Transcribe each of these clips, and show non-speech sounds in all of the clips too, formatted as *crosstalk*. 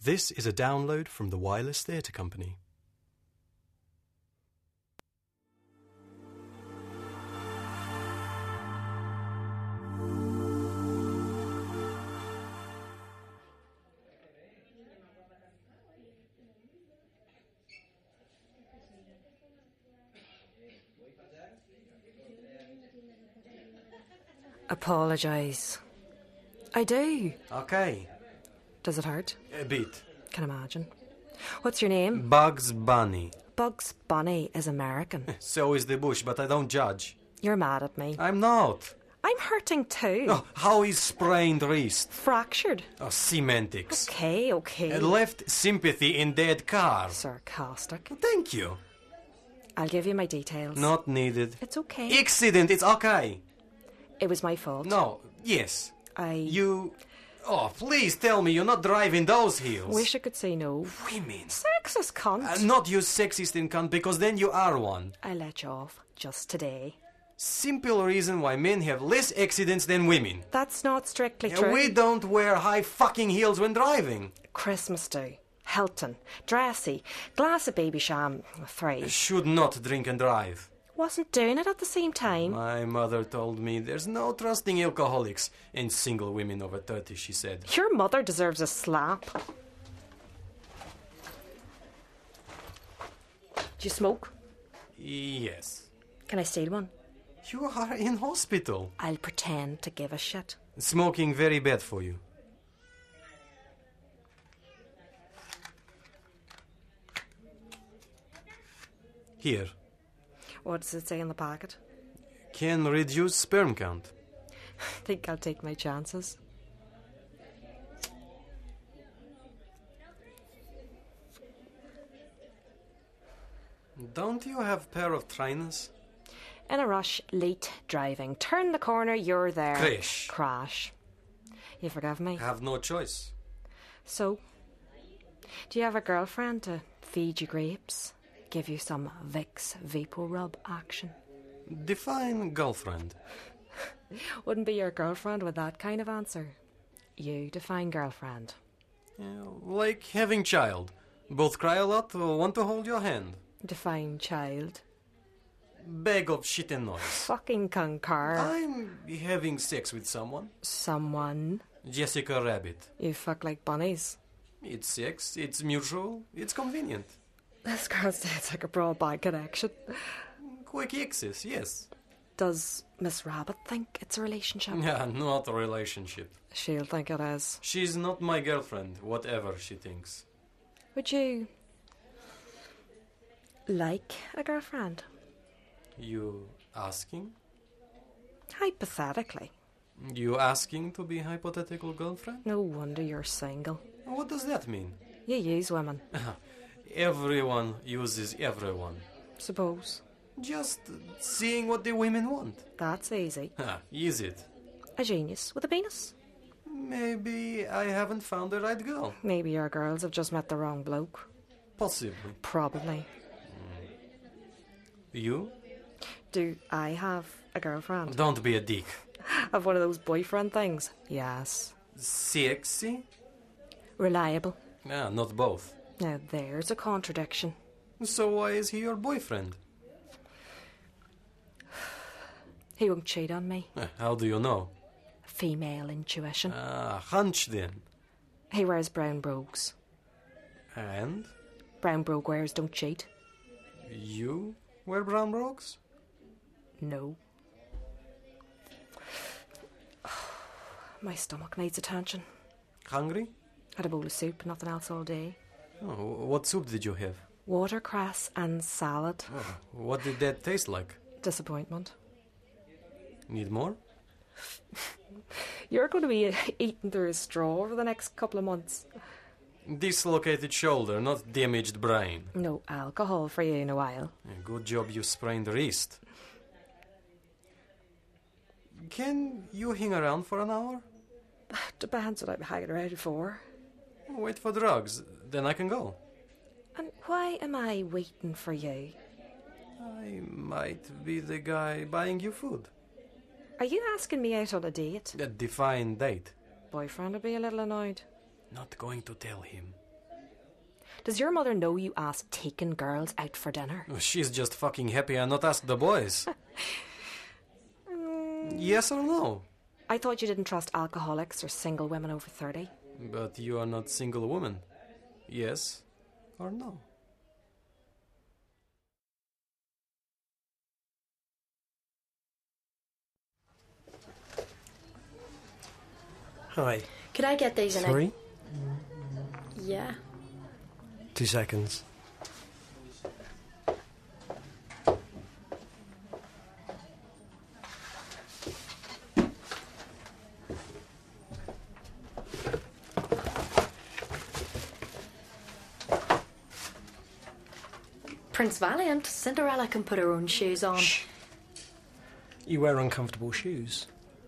This is a download from the Wireless Theatre Company. Apologise. I do. Okay, Does it hurt? a bit. Can imagine. What's your name? Bugs Bunny. Bugs Bunny *laughs* is American. So is the bush, but I don't judge. You're mad at me. I'm not. I'm hurting too. Oh, how is sprained wrist? Fractured. Oh, semantics. Okay, okay. Uh, Left sympathy in dead car. Sarcastic. Thank you. I'll give you my details. Not needed. It's okay. Accident, it's okay. It was my fault. No, yes. I You. Oh, please tell me you're not driving those heels. wish I could say no. Women. Sexist cunt. Uh, not you sexist in cunt because then you are one. I let you off just today. Simple reason why men have less accidents than women. That's not strictly Uh, true. We don't wear high fucking heels when driving. Christmas do. Hilton, dressy, glass of baby sham, three. Should not drink and drive. Wasn't doing it at the same time. My mother told me there's no trusting alcoholics and single women over 30, she said. Your mother deserves a slap. Do you smoke? Yes. Can I steal one? You are in hospital. I'll pretend to give a shit. Smoking very bad for you. Here. What does it say in the packet? Can reduce sperm count. Think I'll take my chances. Don't you have pair of trainers? In a rush, late driving. Turn the corner, you're there. Crash. Crash. You forgive me? Have no choice. So, do you have a girlfriend to feed you grapes? Give you some Vicks Vapor Rub action? Define girlfriend. Wouldn't be your girlfriend with that kind of answer. You define girlfriend. Yeah, like having child. Both cry a lot or want to hold your hand. Define child. Bag of shit and noise. Fucking concur. I'm having sex with someone. Someone. Jessica Rabbit. You fuck like bunnies. It's sex, it's mutual, it's convenient. This girl sounds like a broadband connection. Quick access, yes. *laughs* Does Miss Rabbit think it's a relationship? Yeah, not a relationship. She'll think it is. She's not my girlfriend, whatever she thinks. Would you like a girlfriend? You asking? Hypothetically. You asking to be hypothetical girlfriend? No wonder you're single. What does that mean? You use women, Everyone uses everyone. suppose. Just seeing what the women want. That's easy. Huh, is it? A genius with a penis. Maybe I haven't found the right girl. Maybe your girls have just met the wrong bloke. Possibly. Probably. You? Do I have a girlfriend? Don't be a dick. Have one of those boyfriend things? Yes. Sexy? Reliable. Ah, not both. Now there's a contradiction. So why is he your boyfriend? He won't cheat on me. Eh, How do you know? Female intuition. Ah, hunch then. He wears brown brogues. And? Brown brogue wearers don't cheat. You wear brown brogues? No. *sighs* My stomach needs attention. Hungry? Had a bowl of soup, nothing else all day. Oh, what soup did you have? Ah, Watercress and salad. What did that taste like? Disappointment. Need more? You're going to be *laughs* eating through a straw over the next couple of months. Dislocated shoulder, not damaged brain. No alcohol for you in a while. Eh, Good job you sprained wrist. Can you hang around for an hour? Depends what I'm hanging around for. Wait for drugs, then I can go. And why am I waiting for you? I might be the guy buying you food. Are you asking me out on a date? That define date. Boyfriend would be a little annoyed. Not going to tell him. Does your mother know you ask taken girls out for dinner? Oh, She's just fucking happy I not asked the boys. yes or no? I thought you didn't trust alcoholics or single women over 30. But you are not single woman. Yes or no? Hi. Could I get these in a- Three? Yeah. Two seconds. Prince Valiant, Cinderella can put her own shoes on. You wear uncomfortable shoes.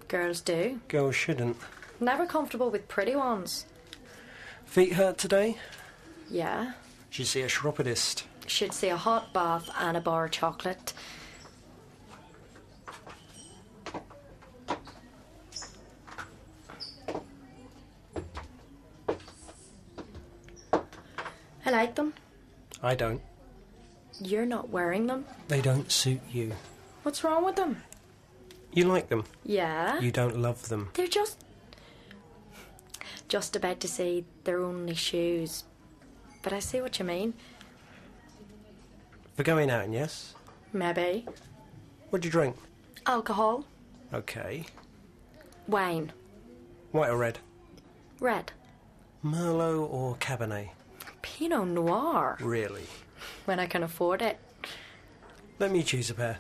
Girls do. Girls shouldn't. Never comfortable with pretty ones. Feet hurt today? Yeah. Should see a chiropodist. Should see a hot bath and a bar of chocolate. I like them. I don't. You're not wearing them. They don't suit you. What's wrong with them? You like them. Yeah. You don't love them. They're just. Just about to say they're only shoes. But I see what you mean. We're going out, yes? Maybe. What do you drink? Alcohol. Okay. Wine. White or red? Red. Merlot or Cabernet? Pinot Noir. Really? When I can afford it. Let me choose a pair.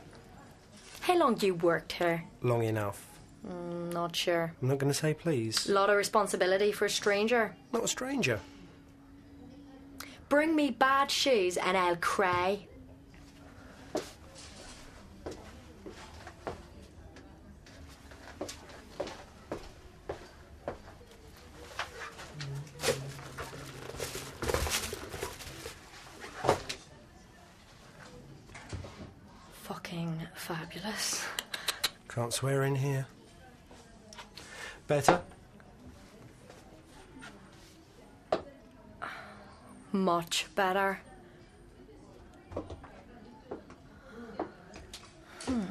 How long you worked here? Long enough. I'm not sure. I'm not going to say please. Lot of responsibility for a stranger. Not a stranger. Bring me bad shoes and I'll cry. Fucking fabulous. Can't swear in here. Better? Much better. Hmm.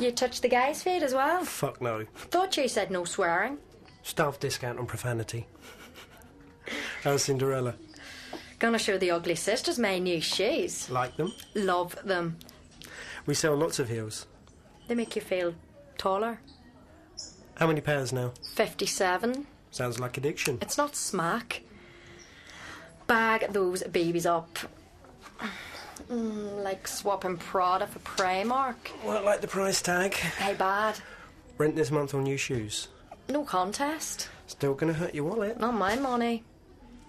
You touched the guy's feet as well? Fuck no. Thought you said no swearing. Staff discount on profanity. *laughs* How's Cinderella? Gonna show the ugly sisters my new shoes. Like them? Love them. We sell lots of heels. They make you feel taller. How many pairs now? 57. Sounds like addiction. It's not smack. Bag those babies up. Mm, like swapping Prada for Primark. Well, I like the price tag. How bad? Rent this month on new shoes. No contest. Still gonna hurt your wallet. Not my money.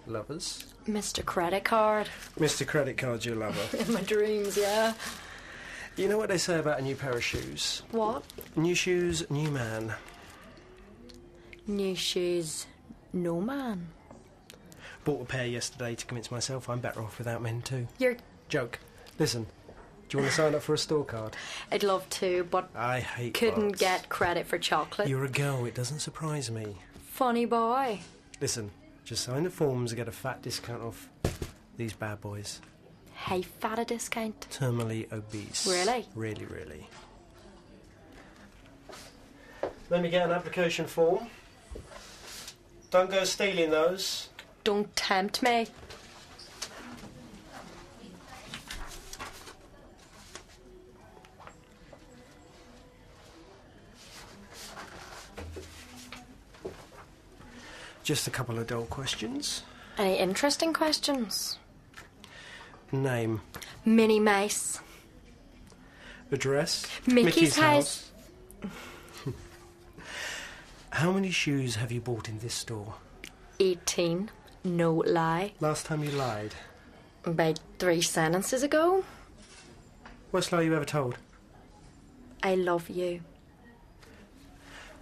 Lovers. Mr. Credit Card. Mr. Credit Card's your *laughs* lover. In my dreams, yeah. you know what they say about a new pair of shoes? What? New shoes, new man. New shoes. No man. Bought a pair yesterday to convince myself I'm better off without men too. You're. Joke. Listen, do you want to sign up for a store card? I'd love to, but I hate couldn't cards. get credit for chocolate. Ah, You're a girl, it doesn't surprise me. Funny boy. Listen, just sign the forms and get a fat discount off these bad boys. Hey, fat a discount. Terminally obese. Really? Really, really. Let me get an application form. Don't go stealing those. Don't tempt me. Just a couple of dull questions. Any interesting questions? Name, Minnie Mouse. address, Mickey's house. *laughs* How many shoes have you bought in this store? 18. No lie. Last time you lied. About three sentences ago. Worst lie you ever told? I love you.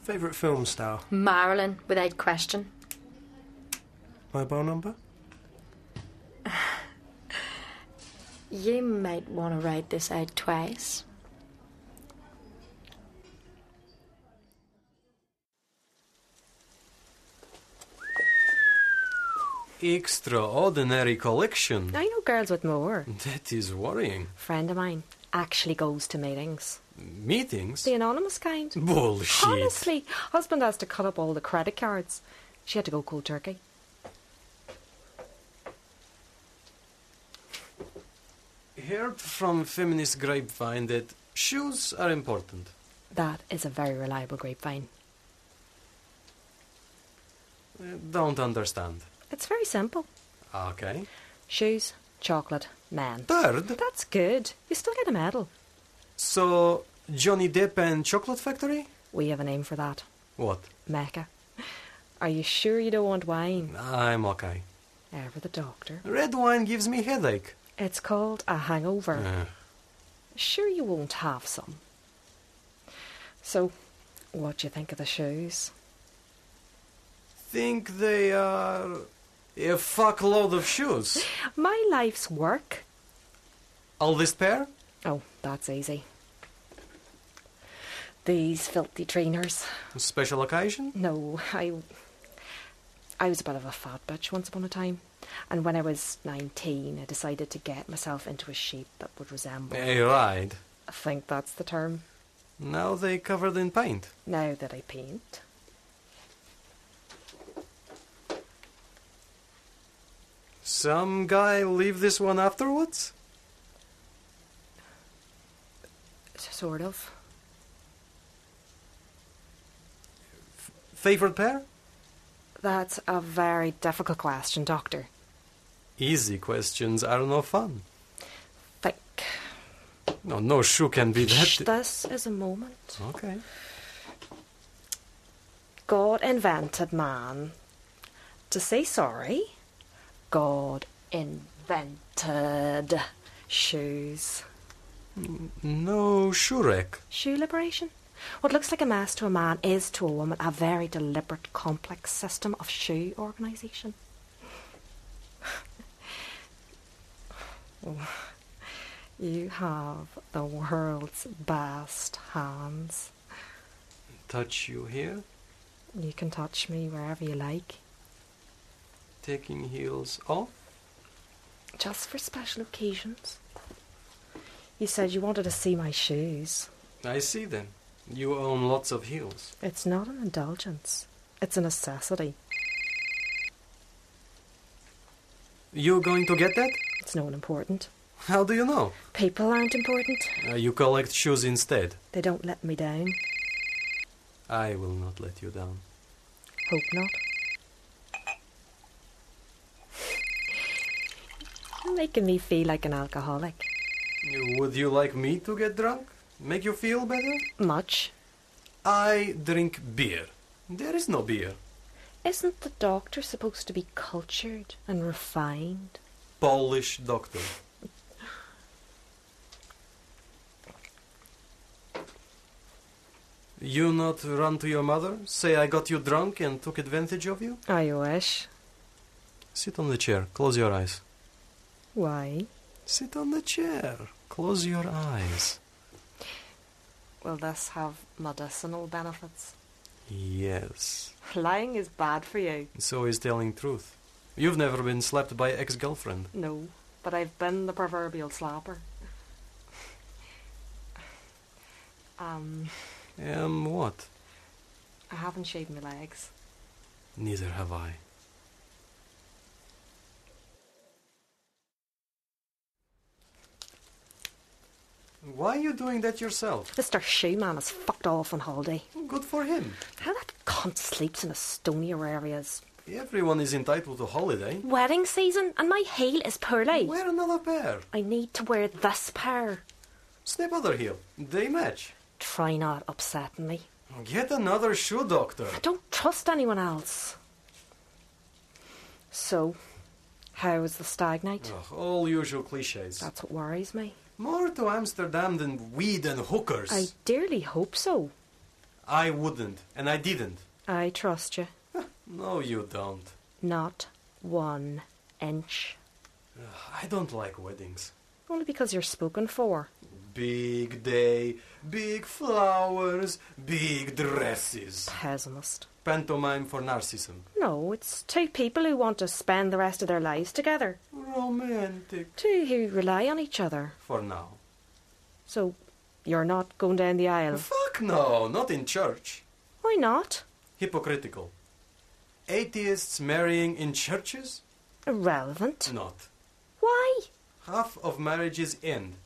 Favourite film star? Marilyn, without question. Mobile number? You might want to write this out twice. Extraordinary collection. I know girls with more. That is worrying. Friend of mine actually goes to meetings. Meetings? The anonymous kind. Bullshit. Honestly, husband has to cut up all the credit cards. She had to go cold turkey. Heard from feminist grapevine that shoes are important. That is a very reliable grapevine. Uh, Don't understand. It's very simple. Okay. Shoes, chocolate, man. Third, That's good. You still get a medal. so Johnny Depp and Chocolate Factory? We have a name for that. What? Mecca. Are you sure you don't want wine? I'm okay. Ever the doctor. Red wine gives me headache. It's called a hangover. Uh, Sure you won't have some. So, what do you think of the shoes? think they are a fuckload of shoes. My life's work. All this pair? Oh, that's easy. These filthy trainers. Special occasion? No, I. I was a bit of a fat bitch once upon a time, and when I was 19, I decided to get myself into a shape that would resemble. A ride. I think that's the term. Now they covered in paint. Now that I paint. Some guy leave this one afterwards? s- Sort of. Favorite pair? That's a very difficult question, Doctor. Easy questions are no fun. Think. No, no shoe can be that. Shh, this is a moment. okay. God invented man. To say sorry, God invented shoes. No shoe rack. Shoe liberation? What looks like a mess to a man is to a woman a very deliberate, complex system of shoe organisation. Oh, *laughs* you have the world's best hands. Touch you here, You can touch me wherever you like, taking heels off. just for special occasions. You said you wanted to see my shoes. I see them. You own lots of heels. It's not an indulgence, it's a necessity. You going to get that? It's not important. How do you know? People aren't important. Uh, you collect shoes instead. They don't let me down. I will not let you down. Hope not. You're making me feel like an alcoholic. You- Would you like me to get drunk? Make you feel better? Much. I drink beer. There is no beer. Isn't the doctor supposed to be cultured and refined? Polish doctor. You not run to your mother? Say I got you drunk and took advantage of you? I wish. Sit on the chair. Close your eyes. Why? Sit on the chair. Close your eyes. Will this have medicinal benefits? Yes. Lying is bad for you. So is telling truth. You've never been slapped by ex-girlfriend. No, but I've been the proverbial slapper. um, Um, what? I haven't shaved my legs. Neither have I. Why are you doing that yourself? Mr. Shoeman has fucked off on holiday. Good for him. How that cunt sleeps in Estonia areas. Everyone is entitled to holiday. Wedding season and my heel is pearly. Wear another pair. I need to wear this pair. Snap other heel. They match. Try not upsetting me. Get another shoe, doctor. I don't trust anyone else. So, how was the stag night? Ugh, all usual cliches. That's what worries me. More to Amsterdam than weed and hookers. I dearly hope so. I wouldn't, and I didn't. I trust you. No, you don't. Not one inch. I don't like weddings. Only because you're spoken for. Big day, big flowers, big dresses. Pessimist. Pantomime for narcissism. No, it's two people who want to spend the rest of their lives together. Romantic. Two who rely on each other. For now. So you're not going down the aisle. Fuck no, not in church. Why not? Hypocritical. Atheists marrying in churches? Irrelevant. Not. Why? Half of marriages end.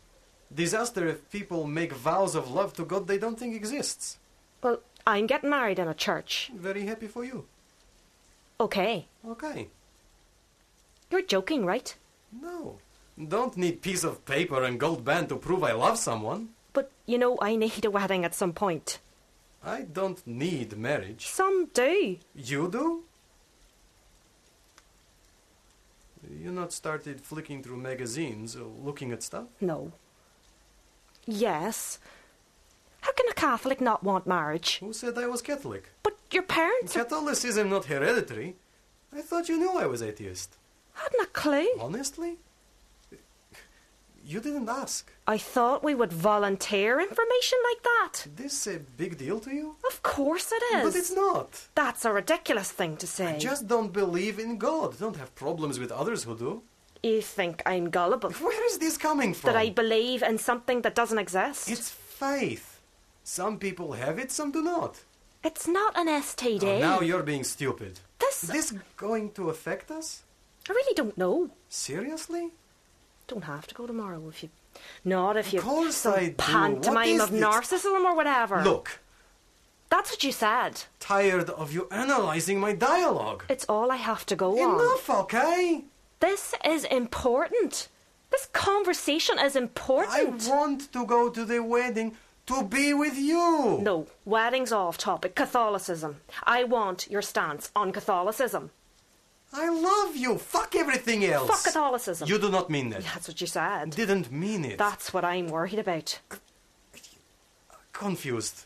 Disaster if people make vows of love to God they don't think exists. Well, I'm getting married in a church. Very happy for you. Okay. Okay. You're joking, right? No. Don't need piece of paper and gold band to prove I love someone. But you know, I need a wedding at some point. I don't need marriage. Some do. You do? You not started flicking through magazines, uh, looking at stuff? No. Yes. How can a Catholic not want marriage? Who said I was *laughs* Catholic? But your parents are- Catholicism not hereditary. I thought you knew I was atheist. hadn't a clue. Honestly? You didn't ask. I thought we would volunteer information like that. This a big deal to you? Of course it is. But it's not. That's a ridiculous thing to say. I just don't believe in God. Don't have problems with others who do. You think I'm gullible. Where is this coming from? that I believe in something that doesn't exist. It's faith. Some people have it, some do not. It's not an STD. Oh, now you're being stupid. This- this going to affect us? I really don't know. Seriously? Don't have to go tomorrow if you. Not if you. Of course some I do. Pantomime of What is this? narcissism or whatever. Look, That's what you said. tired of you analyzing my dialogue. It's all I have to go on. Enough, okay? This is important. This conversation is I important. want to go to the wedding to be with you. no, weddings off topic. Catholicism. I want your stance on Catholicism. I love you. Fuck everything else. Fuck Catholicism. You do not mean that. That's what you said. Didn't mean it. That's what I'm worried about. confused.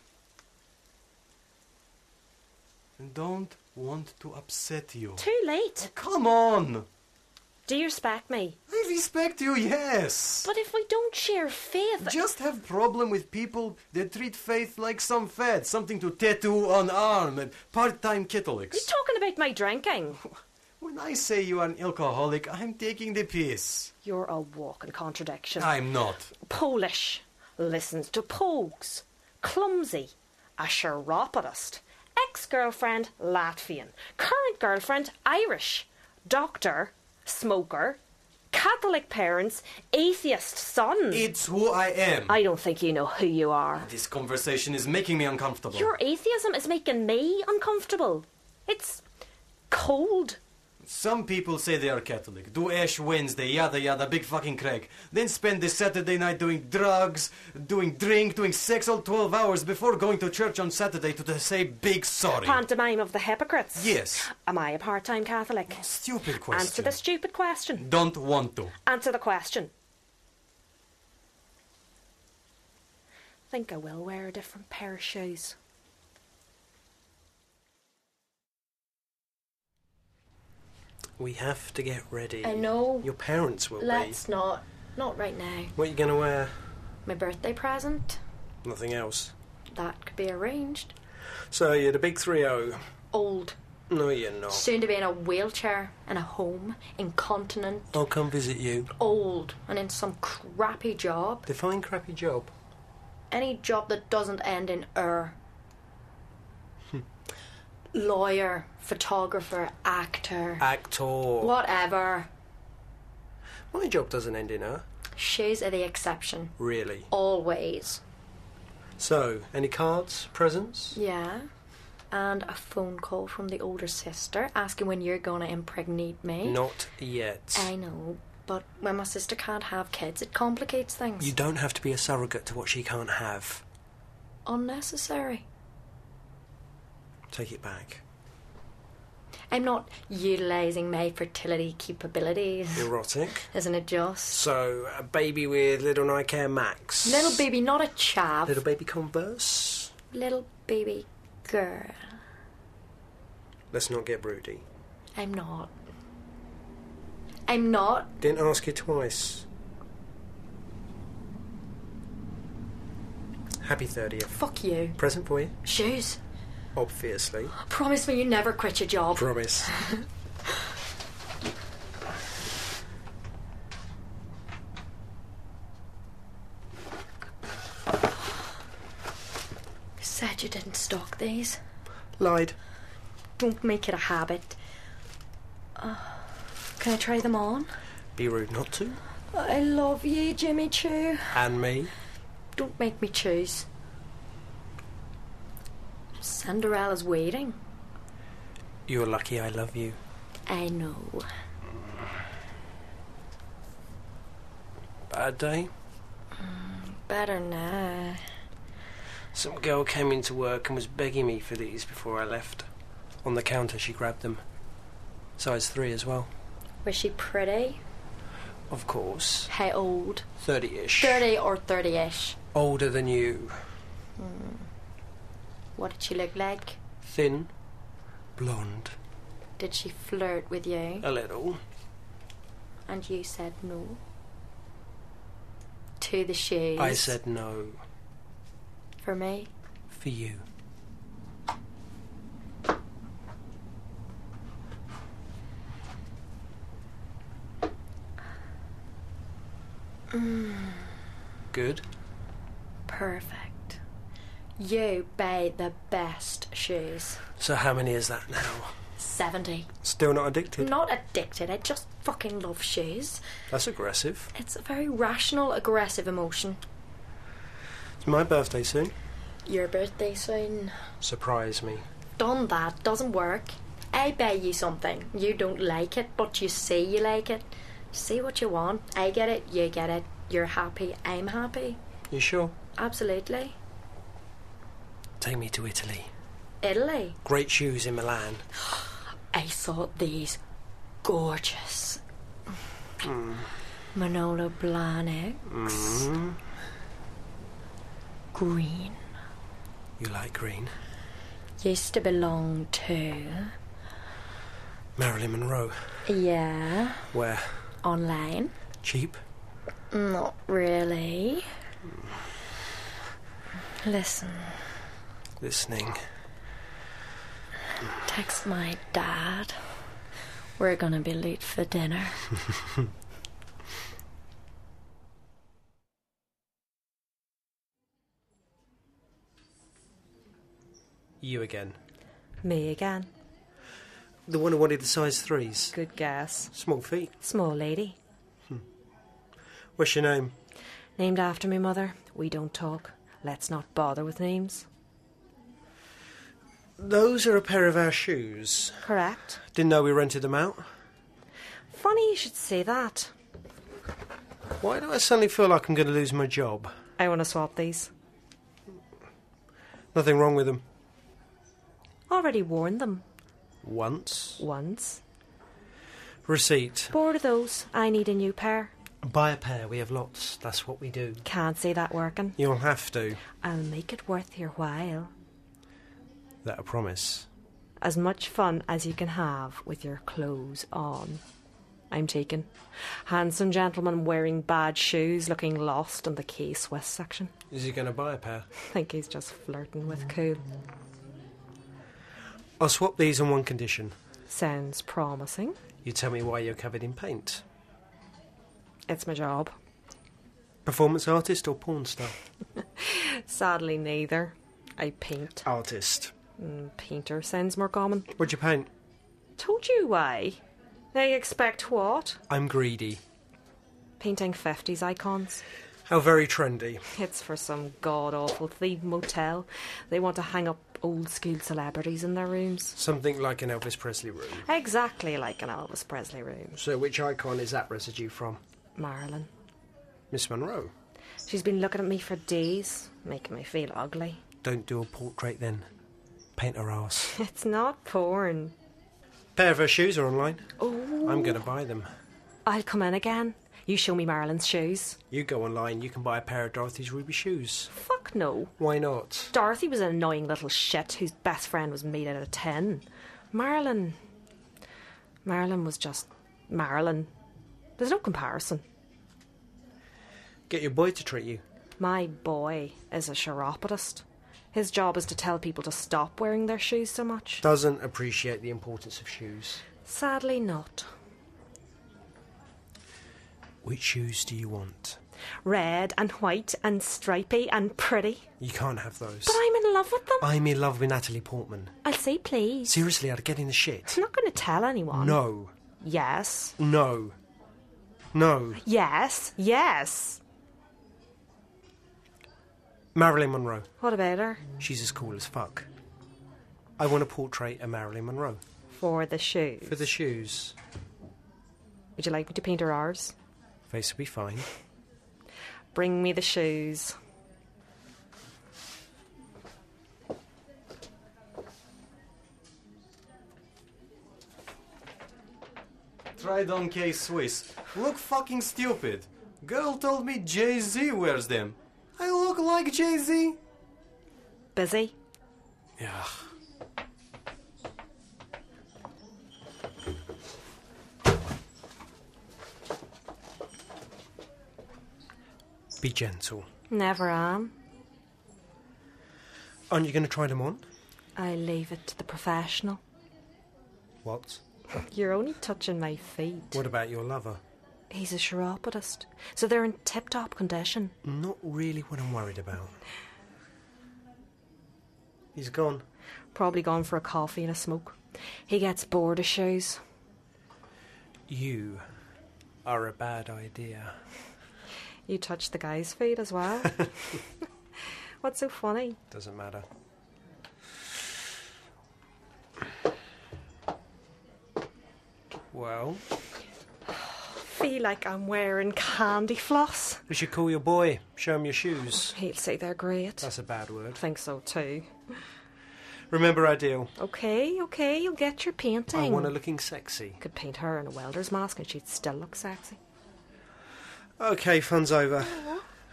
Don't want to upset you. Too late. Come on! Do you respect me? I respect you, yes! But if we don't share faith, Just have problem with people that treat faith like some fad, something to tattoo on arm and part-time you're Catholics. talking about my drinking. *laughs* When I say you are an alcoholic, I'm taking the piss. You're a walking contradiction. I'm not. Polish listens to pogues. Clumsy, a chiropodist. Ex-girlfriend Latvian. Current girlfriend Irish. Doctor, smoker. Catholic parents, atheist son. It's who I am. I don't think you know who you are. This conversation is making me uncomfortable. Your atheism is making me uncomfortable. It's cold. Some people say they are Catholic, do Ash Wednesday, yada yada, big fucking crack. Then spend the Saturday night doing drugs, doing drink, doing sex all 12 hours before going to church on Saturday to t- say big sorry. Pantomime of the hypocrites. yes. Am I a part time Catholic? Stupid question. Answer the stupid question. Don't want to. Answer the question. Think I will wear a different pair of shoes. We have to get ready. I know. Your parents will Let's be. not. Not right now. What are you going to wear? My birthday present. Nothing else. That could be arranged. So you're the big 3 0. Old. No, you're not. Soon to be in a wheelchair, in a home, incontinent, I'll come visit you. old, and in some crappy job. Define crappy job. Any job that doesn't end in er. Lawyer, photographer, actor, Actor. whatever. My job doesn't end in her, Shoes are the exception. really. Always. So, any cards, presents? Yeah. And a phone call from the older sister asking when you're gonna impregnate me. Uh, Not yet. I know, but when my sister can't have kids, it complicates things. You don't have to be a surrogate to what she can't have. Unnecessary. Take it back. I'm not utilising my fertility capabilities. Erotic. Isn't it just? So, a baby with Little Nike Air Max. Little baby, not a chav. Little baby Converse. Little baby girl. Let's not get broody. I'm not. I'm not. Didn't ask you twice. Happy 30th. Fuck you. Present for you? Shoes. Obviously. Promise me you never quit your job. Promise. You said you didn't stock these. Lied. Don't make it a habit. Uh, can I try them on? Be rude not to. I love you, Jimmy Choo. And me. Don't make me choose. Cinderella's waiting. You're lucky I love you. I know. Bad day. Better now. Some girl came into work and was begging me for these before I left. On the counter, she grabbed them. Size 3 as well. Was she pretty? Of course. How old? 30 ish. 30 or 30 ish. Older than you. What did she look like? Thin. Blonde. Did she flirt with you? A little. And you said no. To the shoes. I said no. For me? For you. Good. Perfect. You buy the best shoes. So, how many is that now? 70. Still not addicted? Not addicted, I just fucking love shoes. That's aggressive. It's a very rational, aggressive emotion. It's my birthday soon. Your birthday soon. Surprise me. Done that, doesn't work. I buy you something. You don't like it, but you say you like it. Say what you want. I get it, you get it. You're happy, I'm happy. You sure? Absolutely. Take me to Italy. Italy. Great shoes in Milan. I saw these gorgeous Manolo Blahnik green You like green. used to belong to Marilyn Monroe. yeah Where? online Cheap. not really listen Listening. text my dad we're gonna be late for dinner You again. Me again. The one who wanted the size threes. Good guess. Small feet. Small lady. What's your name? Named after me mother. We don't talk. Let's not bother with names. Those are a pair of our shoes. Correct. Didn't know we rented them out. Funny you should say that. Why do I suddenly feel like I'm going to lose my job? I want to swap these. Nothing wrong with them. Already worn them Once. once. Receipt. Bored of those. I need a new pair. Buy a pair. We have lots. That's what we do. Can't see that working. You'll have to. I'll make it worth your while. That I promise. As much fun as you can have with your clothes on. I'm taken. Handsome gentleman wearing bad shoes looking lost in the K Swiss section. *laughs* Is he going to buy a pair? think he's just flirting with cool. I'll swap these on one condition. Sounds promising. You tell me why you're covered in paint. It's my job. Performance artist or porn star? Sadly, neither. I paint. Artist. Mm, Painter sounds more common. What'd you paint? Told you why. They expect what? I'm greedy. Painting 50s icons. How very trendy. It's for some god awful thief motel. They want to hang up old school celebrities in their rooms. Something like an Elvis Presley room. Exactly like an Elvis Presley room. So, which icon is that residue from? Marilyn. Miss Monroe. She's been looking at me for days, making me feel ugly. Don't do a portrait then. Paint her *laughs* ass. It's not porn. Pair of her shoes are online. I'm going to buy them. I'll come in again. You show me Marilyn's shoes. You go online, you can buy a pair of Dorothy's ruby shoes. Fuck no. Why not? Dorothy was an annoying little shit whose best friend was made out of tin. Marilyn. Marilyn was just Marilyn. There's no comparison. Get your boy to treat you. My boy is a chiropodist. His job is to tell people to stop wearing their shoes so much. Doesn't appreciate the importance of shoes. Sadly, not. Which shoes do you want? Red and white and stripy and pretty. You can't have those. But I'm in love with them. I'm in love with Natalie Portman. I'll say please. Seriously, I'd get in the shit. I'm not going to tell anyone. No, Yes. no, no. Yes. Yes. Marilyn Monroe. What about her? She's as cool as fuck. I want a portrait of Marilyn Monroe. For the shoes. For the shoes, Would you like me to paint her ours? face will be fine. Bring me the shoes. Tried on K Swiss. Look fucking stupid. Girl told me Jay Z wears them. I look like Jay Z. Busy? Yeah. Be gentle. Never am. Aren't you going to try them on? I leave it to the professional. What? You're only touching my feet. What about your lover? He's a chiropodist, so they're in tip top condition. Not really what I'm worried about. He's gone. Probably gone for a coffee and a smoke. He gets bored of shoes. You are a bad idea. You touched the guy's feet *laughs* as well. What's so funny? Doesn't matter. Well, Feel like I'm wearing candy floss. we should call your boy. Show him your shoes. He'll say they're great. That's a bad word. I think so too. Remember our deal. Okay, okay, you'll get your painting. I want her looking sexy. Could paint her in a welder's mask and she'd still look sexy. Okay, fun's over.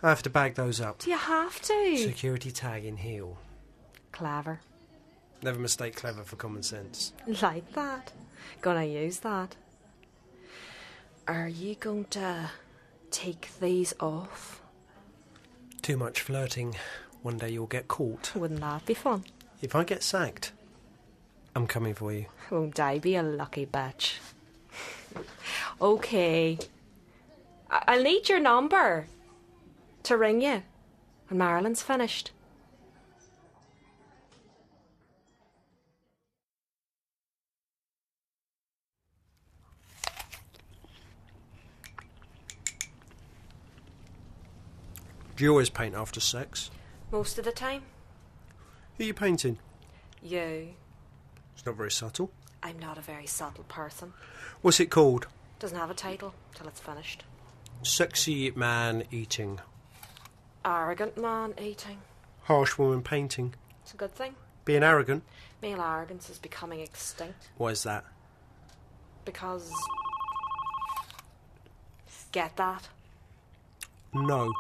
I have to bag those up. Do you have to? Security tag in heel. Clever. Never mistake clever for common sense. Like that. Gonna use that. Are you going to take these off? Too much flirting. One day you'll get caught. Wouldn't that be fun? If I get sacked, I'm coming for you. Won't I be a lucky bitch? *laughs* okay. I- I'll need your number to ring you when Marilyn's finished. Do you always paint after sex? Most of the time, Who are you painting? you. It's not very subtle. I'm not a very subtle person. What's it called? Doesn't have a title till it's finished. Sexy man eating. Arrogant man eating. Harsh woman painting. It's a good thing. Being arrogant. Male arrogance is becoming extinct Why is that? because. Get that? No.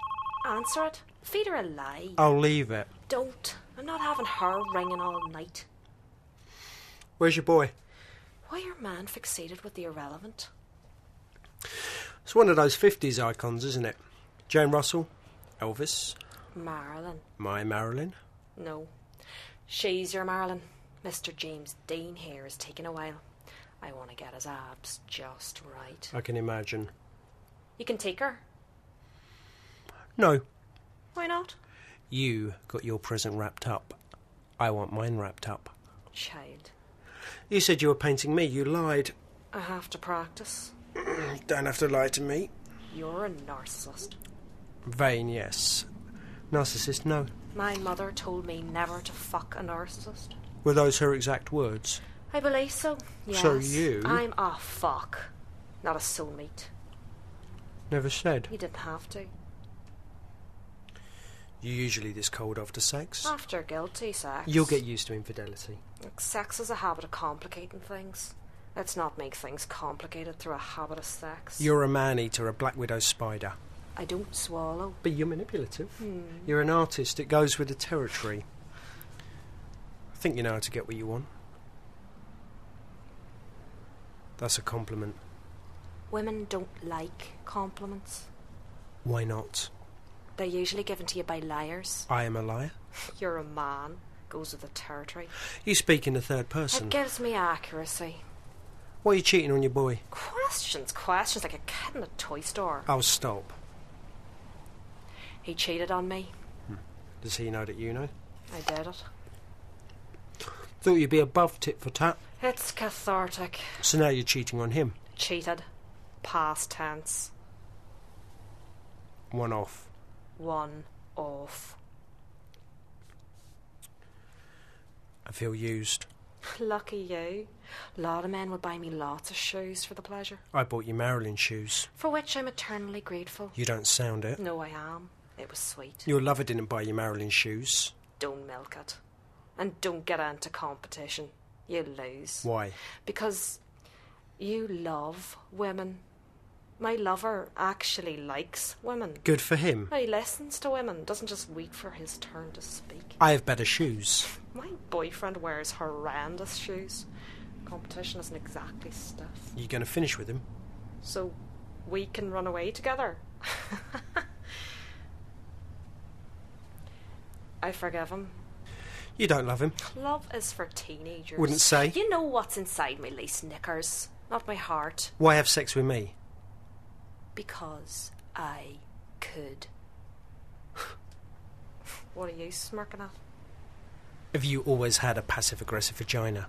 Answer it. Feed her a lie. I'll leave it. Don't. I'm not having her ringing all night. Where's your boy? Why are man fixated with the irrelevant? It's one of those 50s icons, isn't it? Jane Russell, Elvis, Marilyn. my Marilyn. No. She's your Marilyn. Mr. James Dean here is taking a while. I want to get his abs just right. I can imagine. You can take her. No, Why not? you got your present wrapped up. I want mine wrapped up. Child. You said you were painting me. You lied. I have to practice. Don't have to lie to me. You're a narcissist. Vain, yes. Narcissist, no. My mother told me never to fuck a narcissist. Were those her exact words? I believe so. Yes. So you- I'm a fuck, not a soulmate. Never said. You didn't have to. You're usually this cold after sex. After guilty sex. You'll get used to infidelity. Look, Sex is a habit of complicating things. Let's not make things complicated through a habit of sex. You're a man eater, a black widow spider. I don't swallow. But you're manipulative. You're an artist. It goes with the territory. I think you know how to get what you want. That's a compliment. Women don't like compliments. Why not? They're usually given to you by liars. I am a liar. You're a man. Goes with the territory. You speak in the third person. It gives me accuracy. Why are you cheating on your boy? Questions, questions, like a cat in a toy store. I'll stop. He cheated on me. Does he know that you know? I did it. Thought you'd be above tit for tat. It's cathartic. So now you're cheating on him. Cheated. Past tense. One off. One off. *laughs* I feel used. Lucky you. A lot of men would buy me lots of shoes for the pleasure, I bought you Marilyn shoes. for which I'm eternally grateful. You don't sound it. No, I am. It was sweet. Your lover didn't buy you Marilyn shoes. Don't milk it. And don't get into competition. You lose. Why? Because you love women. My lover actually likes women. Good for him. He listens to women, doesn't just wait for his turn to speak. I have better shoes. My boyfriend wears horrendous shoes. Competition isn't exactly stuff. You gonna finish with him? So we can run away together. *laughs* I forgive him. You don't love him. Love is for teenagers. Wouldn't say. You know what's inside me, Lee Snickers. Not my heart. Why have sex with me? Because I could. *laughs* what are you smirking at? Have you always had a passive aggressive vagina?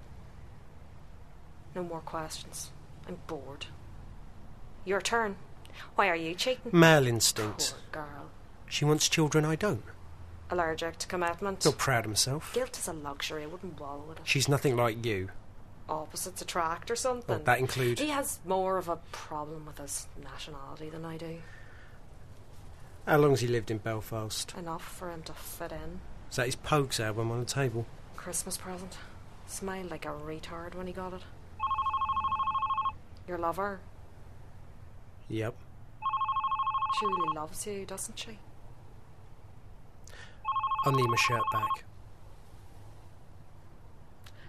No more questions. I'm bored. Your turn. Why are you cheating? Male Poor instinct. girl. She wants children I don't. Allergic to commitment. Not proud of himself. Guilt is a luxury. I wouldn't wallow in it. She's nothing like you. Opposites attract or something. that include- He has more of a problem with his nationality than I do. How long's he lived in Belfast? Enough for him to fit in. Is that his Pogues album on the table? Christmas present. Smiled like a retard when he got it. Your lover. Yep. She really loves you, doesn't she? I'll need my shirt back.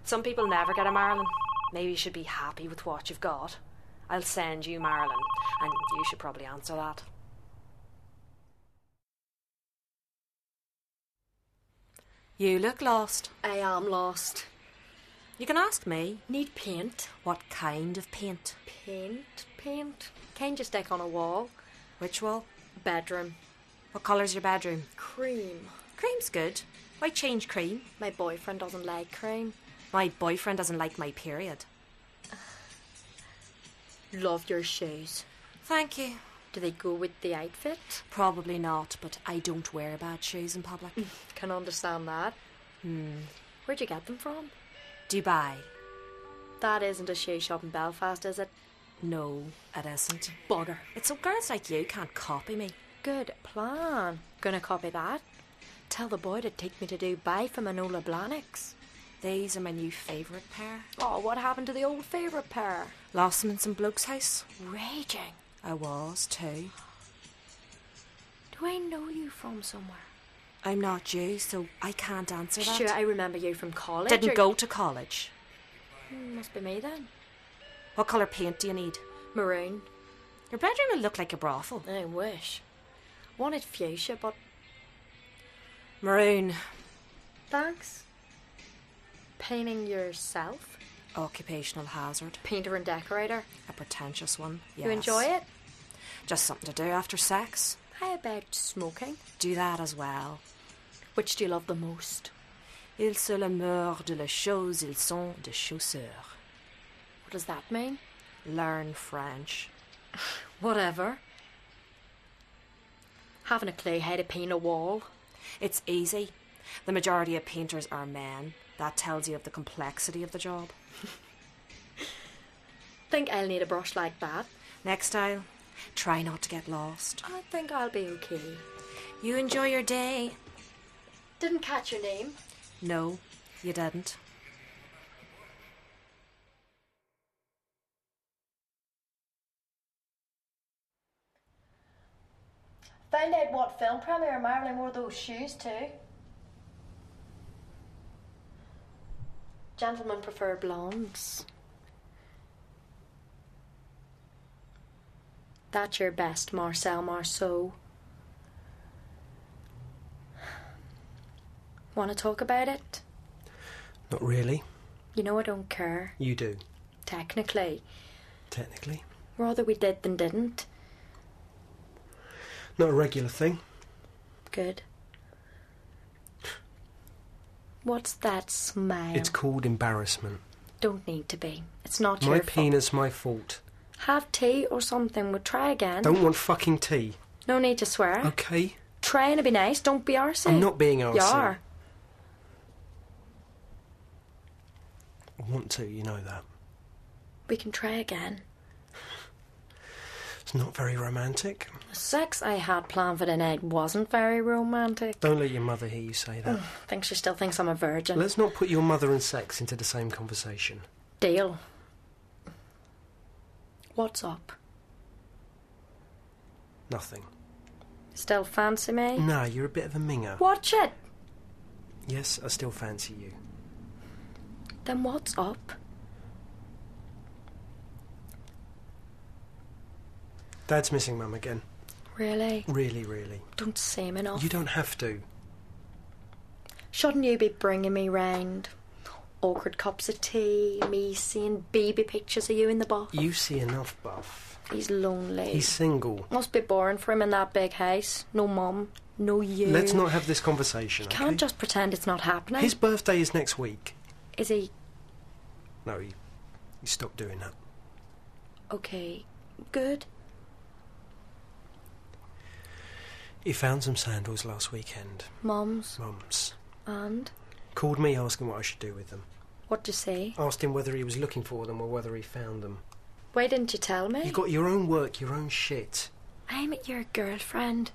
Some people never get a Marilyn. Maybe you should be happy with what you've got. I'll send you Marilyn, and you should probably answer that. You look lost. I am lost. You can ask me Need paint. what kind of paint. Paint, paint. Can just stick on a wall. Which wall? Bedroom. What colour's your bedroom? Cream. Cream's good. Why change cream? My boyfriend doesn't like cream. My boyfriend doesn't like my period. Love your shoes. Thank you. Do they go with the outfit? Probably not, but I don't wear bad shoes in public. Can understand that. Where'd you get them from? Dubai. That isn't a shoe shop in Belfast, is it? No, it isn't. Bugger. It's so girls like you can't copy me. Good plan. Gonna copy that. Tell the boy to take me to Dubai for Manola Blahniks. These are my new favourite pair. Oh, what happened to the old favourite pair? Lost them in some bloke's house. Raging. I was too. Do I know you from somewhere? I'm not you, so I can't answer that. Sure, I remember you from college. Didn't or- go to college. Hmm, Must be me then. What colour paint do you need? Maroon. Your bedroom will look like a brothel. I wish. Wanted fuchsia, but Maroon. thanks. Painting yourself? Occupational hazard. Painter and decorator. A pretentious one. Yes. You enjoy it? Just something to do after sex. How about smoking? Do that as well. Which do you love the most? Ils se le meurent de la chose, ils sont de chaussures. What does that mean? Learn French. Whatever. Having a clue how to paint a wall. It's easy. The majority of painters are men. That tells you of the complexity of the job. Think I'll need a brush like that. Next style, try not to get lost. I think I'll be okay. You enjoy your day. Didn't catch your name. No, you didn't. Found out what film premiere Marilyn wore those shoes to. Gentlemen prefer blondes. That's your best, Marcel Marceau. Want to talk about it? Not really. You know I don't care, You do. technically. Technically. Rather we did than didn't. Not a regular thing. Good. What's that smile? It's called embarrassment. Don't need to be. It's not my your fault. penis, my fault. Have tea or something. We'll try again. Don't want fucking tea. No need to swear. Okay? Trying to be nice. Don't be arsey. I'm not being arsy. Ah. Eh. You are. I want to, you know that. We can try again. It's not very romantic. The sex I had planned for the night wasn't very romantic. Don't let your mother hear you say that. I think she still thinks I'm a virgin. Let's not put your mother and sex into the same conversation. Deal. What's up? Nothing. Still fancy me? No, you're a bit of a minger. Watch it! Yes, I still fancy you. Then what's up? Dad's missing mum again. Really? Really, really. Don't seem enough. You don't have to. Shouldn't you be bringing me round? Awkward cups of tea, me seeing baby pictures of you in the bath. You see enough, Buff. He's lonely. He's single. Must be boring for him in that big house. No mum, no you. Let's not have this conversation. Can't okay? just pretend it's not happening. His birthday is next week. Is he No, you, you stop doing that. okay? Good. He found some sandals last weekend. Mum's Mum's. and Called me asking what I should do with them. what'd you say? Asked him whether he was looking for them or whether he found them. Why didn't you tell me? You got your own work, your own shit. I'm your girlfriend.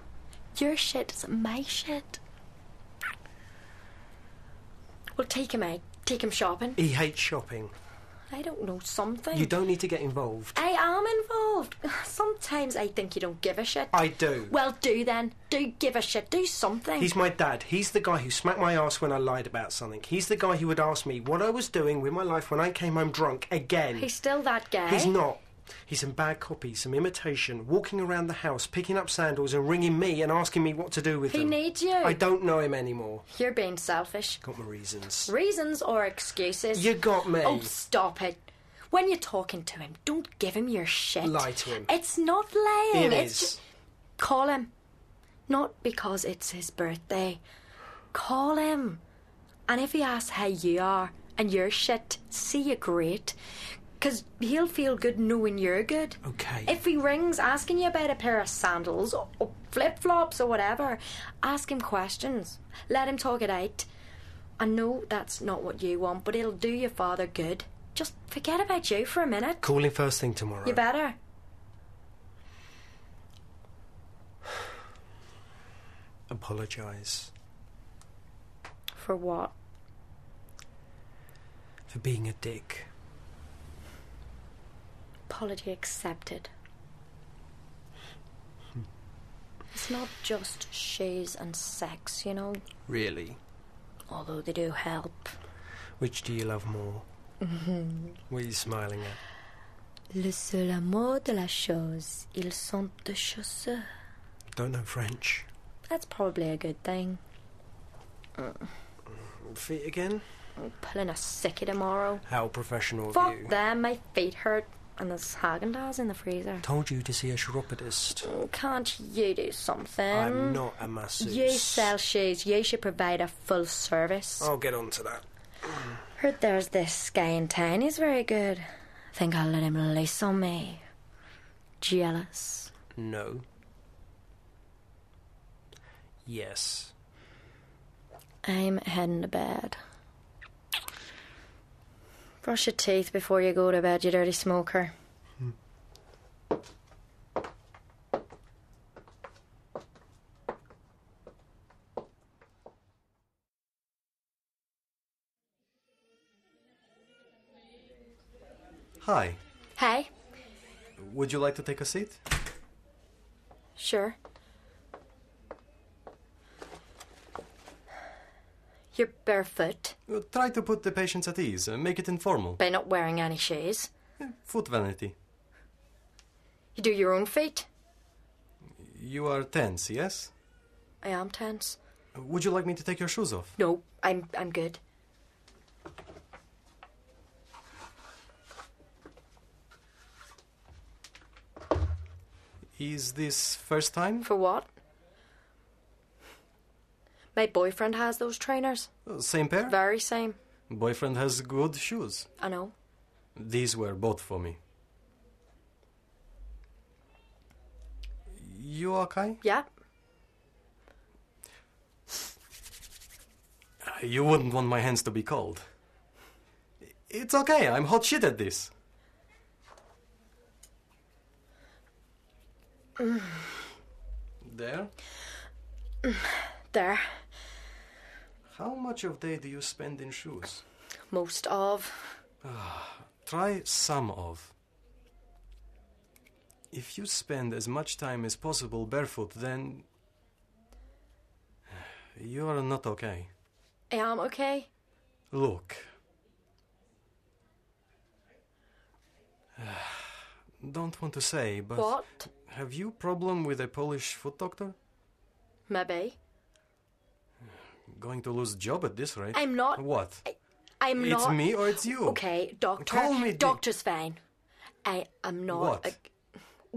Your shit is my shit. Well, take him out. Take him shopping. He hates shopping. I don't know something. You don't need to get involved. I am involved. *sighs* Sometimes I think you don't give a shit. I do. Well, do then. Do give a shit. Do something. He's my dad. He's the guy who smacked my ass when I lied about something. He's the guy who would ask me what I was doing with my life when I came home drunk again. He's still that guy. He's not. He's some bad copy, some imitation, walking around the house, picking up sandals and ringing me and asking me what to do with He them. needs you. I don't know him anymore. You're being selfish. Got my reasons. Reasons or excuses? You got me. Oh, stop it. When you're talking to him, don't give him your shit. Lie to him. It's not It lying. it's is. ju- call him. Not because it's his birthday. Call him. And if he asks how you are and your shit, see you great. Because he'll feel good knowing you're good. Okay. If he rings asking you about a pair of sandals or, or flip flops or whatever, ask him questions. Let him talk it out. I know that's not what you want, but it'll do your father good. Just forget about you for a minute. Call him first thing tomorrow. You better. Apologise For what? for being a dick. Apology accepted. It's not just shoes and sex, you know, Really? although they do help. Which do you love *laughs* more? what are you smiling at? Le seul amour de la chose, ils sont de chaussures. Don't know French. That's probably a good thing. Feet again? I'm pulling a sickie tomorrow. How professional of you. Fuck them, my feet hurt. And there's Haagen Dazs in the freezer. Told you to see a chiropodist. Oh, Can't you do something? I'm not a masseuse. You sell shoes, you should provide a full service. I'll get on to that. Heard there's this guy in town, he's very good. Think I'll let him loose on me. Jealous. No. Yes. I'm heading to bed. Brush your teeth before you go to bed, you dirty smoker. Hi, Hey, would you like to take a seat? sure. You're barefoot Uh, Try to put the patients at ease, uh, make it informal. by not wearing any shoes. Foot vanity. You do your own feet. You are tense, yes? I am tense. Would you like me to take your shoes off? No, I'm I'm good. Is this first time? For what? My boyfriend has those trainers. Uh, Same pair? Very same. Boyfriend has good shoes. I know. These were bought for me. You okay? Yeah. You wouldn't want my hands to be cold. It's okay, I'm hot shit at this. there? There. How much of day do you spend in shoes? Most of. Try some of. If you spend as much time as possible barefoot, then. *sighs* You are not okay. I am um, okay. Look. *sighs* Don't want to say, but What? have you problem with a Polish foot doctor? Maybe. Going to lose job at this rate? I'm not. What? I'm it's not. me or it's you? Okay, doctor. Call me Dick. Doctor's fine. I am not. What? a-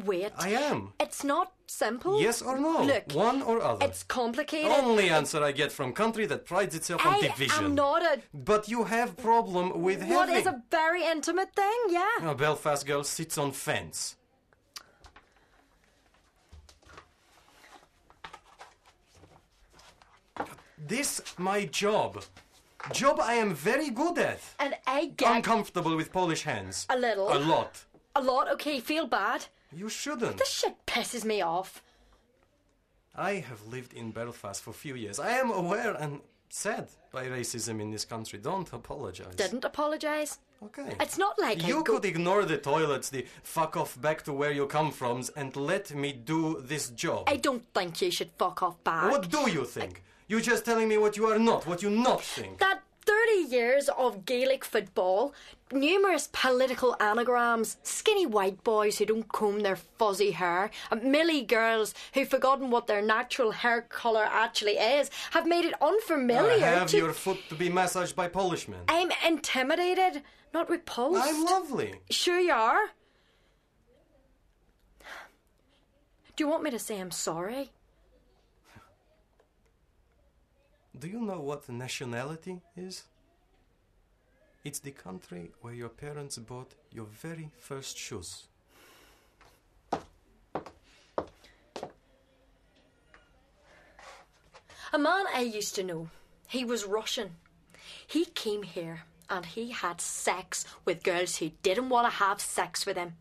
wait. I am. It's not simple. Yes or no? Oh, Look. One or other. It's complicated. Only answer I get from country that prides itself on I division. am not a. But you have problem with What having. is a very intimate thing? Yeah. *laughs* A Belfast girl sits on fence. This my job. Job I am very good at. And I get Uncomfortable with Polish hands. A little. A lot. a lot. Okay, feel bad. You shouldn't. This shit pisses me off. I have lived in Belfast for a few years. I am aware and sad by racism in this country. Don't apologize. Didn't apologize. Okay. It's not like I you go- could ignore the toilets, the fuck off back to where you come from, and let me do this job. I don't think you should fuck off back. What do you think? You're just telling me what you are not, what you not think. That 30 years of Gaelic football, numerous political anagrams, skinny white boys who don't comb their fuzzy hair, and milly girls who've forgotten what their natural hair colour actually is, have made it I unfamiliar have to. your foot to be massaged by Polish men. I'm intimidated, not repulsed. I'm lovely. Sure you are. Do you want me to say I'm sorry? Do you know what nationality is? It's the country where your parents bought your very first shoes. A man I used to know. He was Russian. He came here and he had sex with girls who didn't want to have sex with him.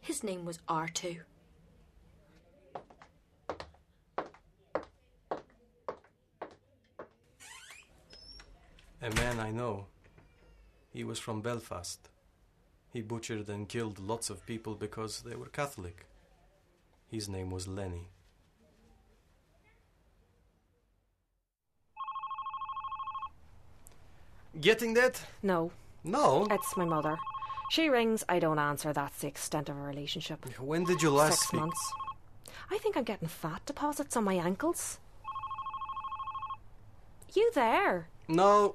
His name was R2. A man I know. He was from Belfast. He butchered and killed lots of people because they were Catholic. His name was Lenny. Getting that? No, No. it's my mother. She rings, I don't answer. That's the extent of our relationship. When did you last Six speak? months. I think I'm getting fat deposits on my ankles. You there? No.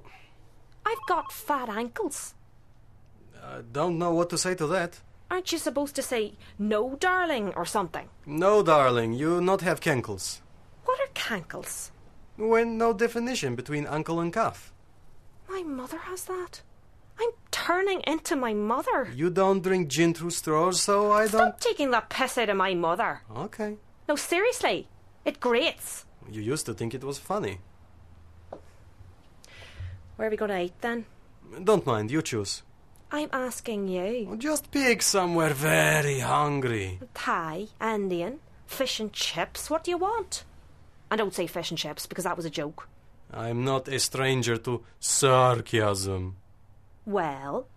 I've got fat ankles. I don't know what to say to that. Aren't you supposed to say no, darling, or something? No, darling, you not have cankles. What are cankles? When no definition between ankle and calf. My mother has that. I'm turning into my mother. You don't drink gin through straws, so I *laughs* don't. Stop taking that piss out of my mother. Okay. No, seriously. It grates. You used to think it was funny. Where are we going to eat then? Don't mind, you choose. I'm asking you. Just pick somewhere very hungry. Thai, Indian, fish and chips. What do you want? And don't say fish and chips because that was a joke. I'm not a stranger to sarcasm. Well,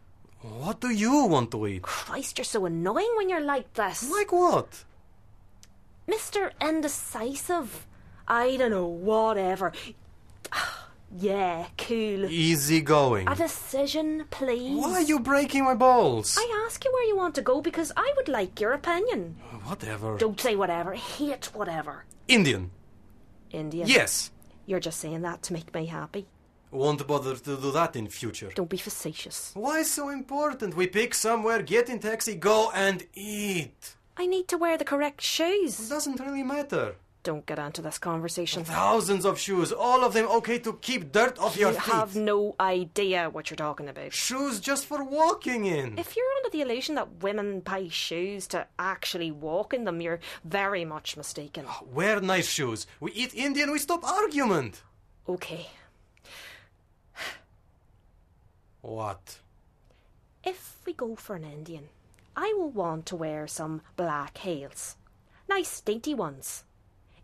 What do you want to eat? Christ, you're so annoying when you're like this. Like what? Mr. Indecisive. I don't know, whatever. *sighs* yeah, cool. Easy going. A decision, please. Why are you breaking my balls? I ask you where you want to go because I would like your opinion. Whatever. Don't say whatever. Hate whatever. Indian. Indian. Yes. You're just saying that to make me happy. Won't bother to do that in future. Don't be facetious. Why so important? We pick somewhere, get in taxi, go and eat. I need to wear the correct shoes. Doesn't really matter. Don't get onto this conversation. Thousands of shoes, all of them okay to keep dirt off your You feet. have no idea what you're talking about. Shoes just for walking in. If you're under the illusion that women buy shoes to actually walk in them, you're very much mistaken. Wear nice shoes. We eat Indian, we stop argument. Okay. What? If we go for an Indian, I will want to wear some black heels. Nice dainty ones.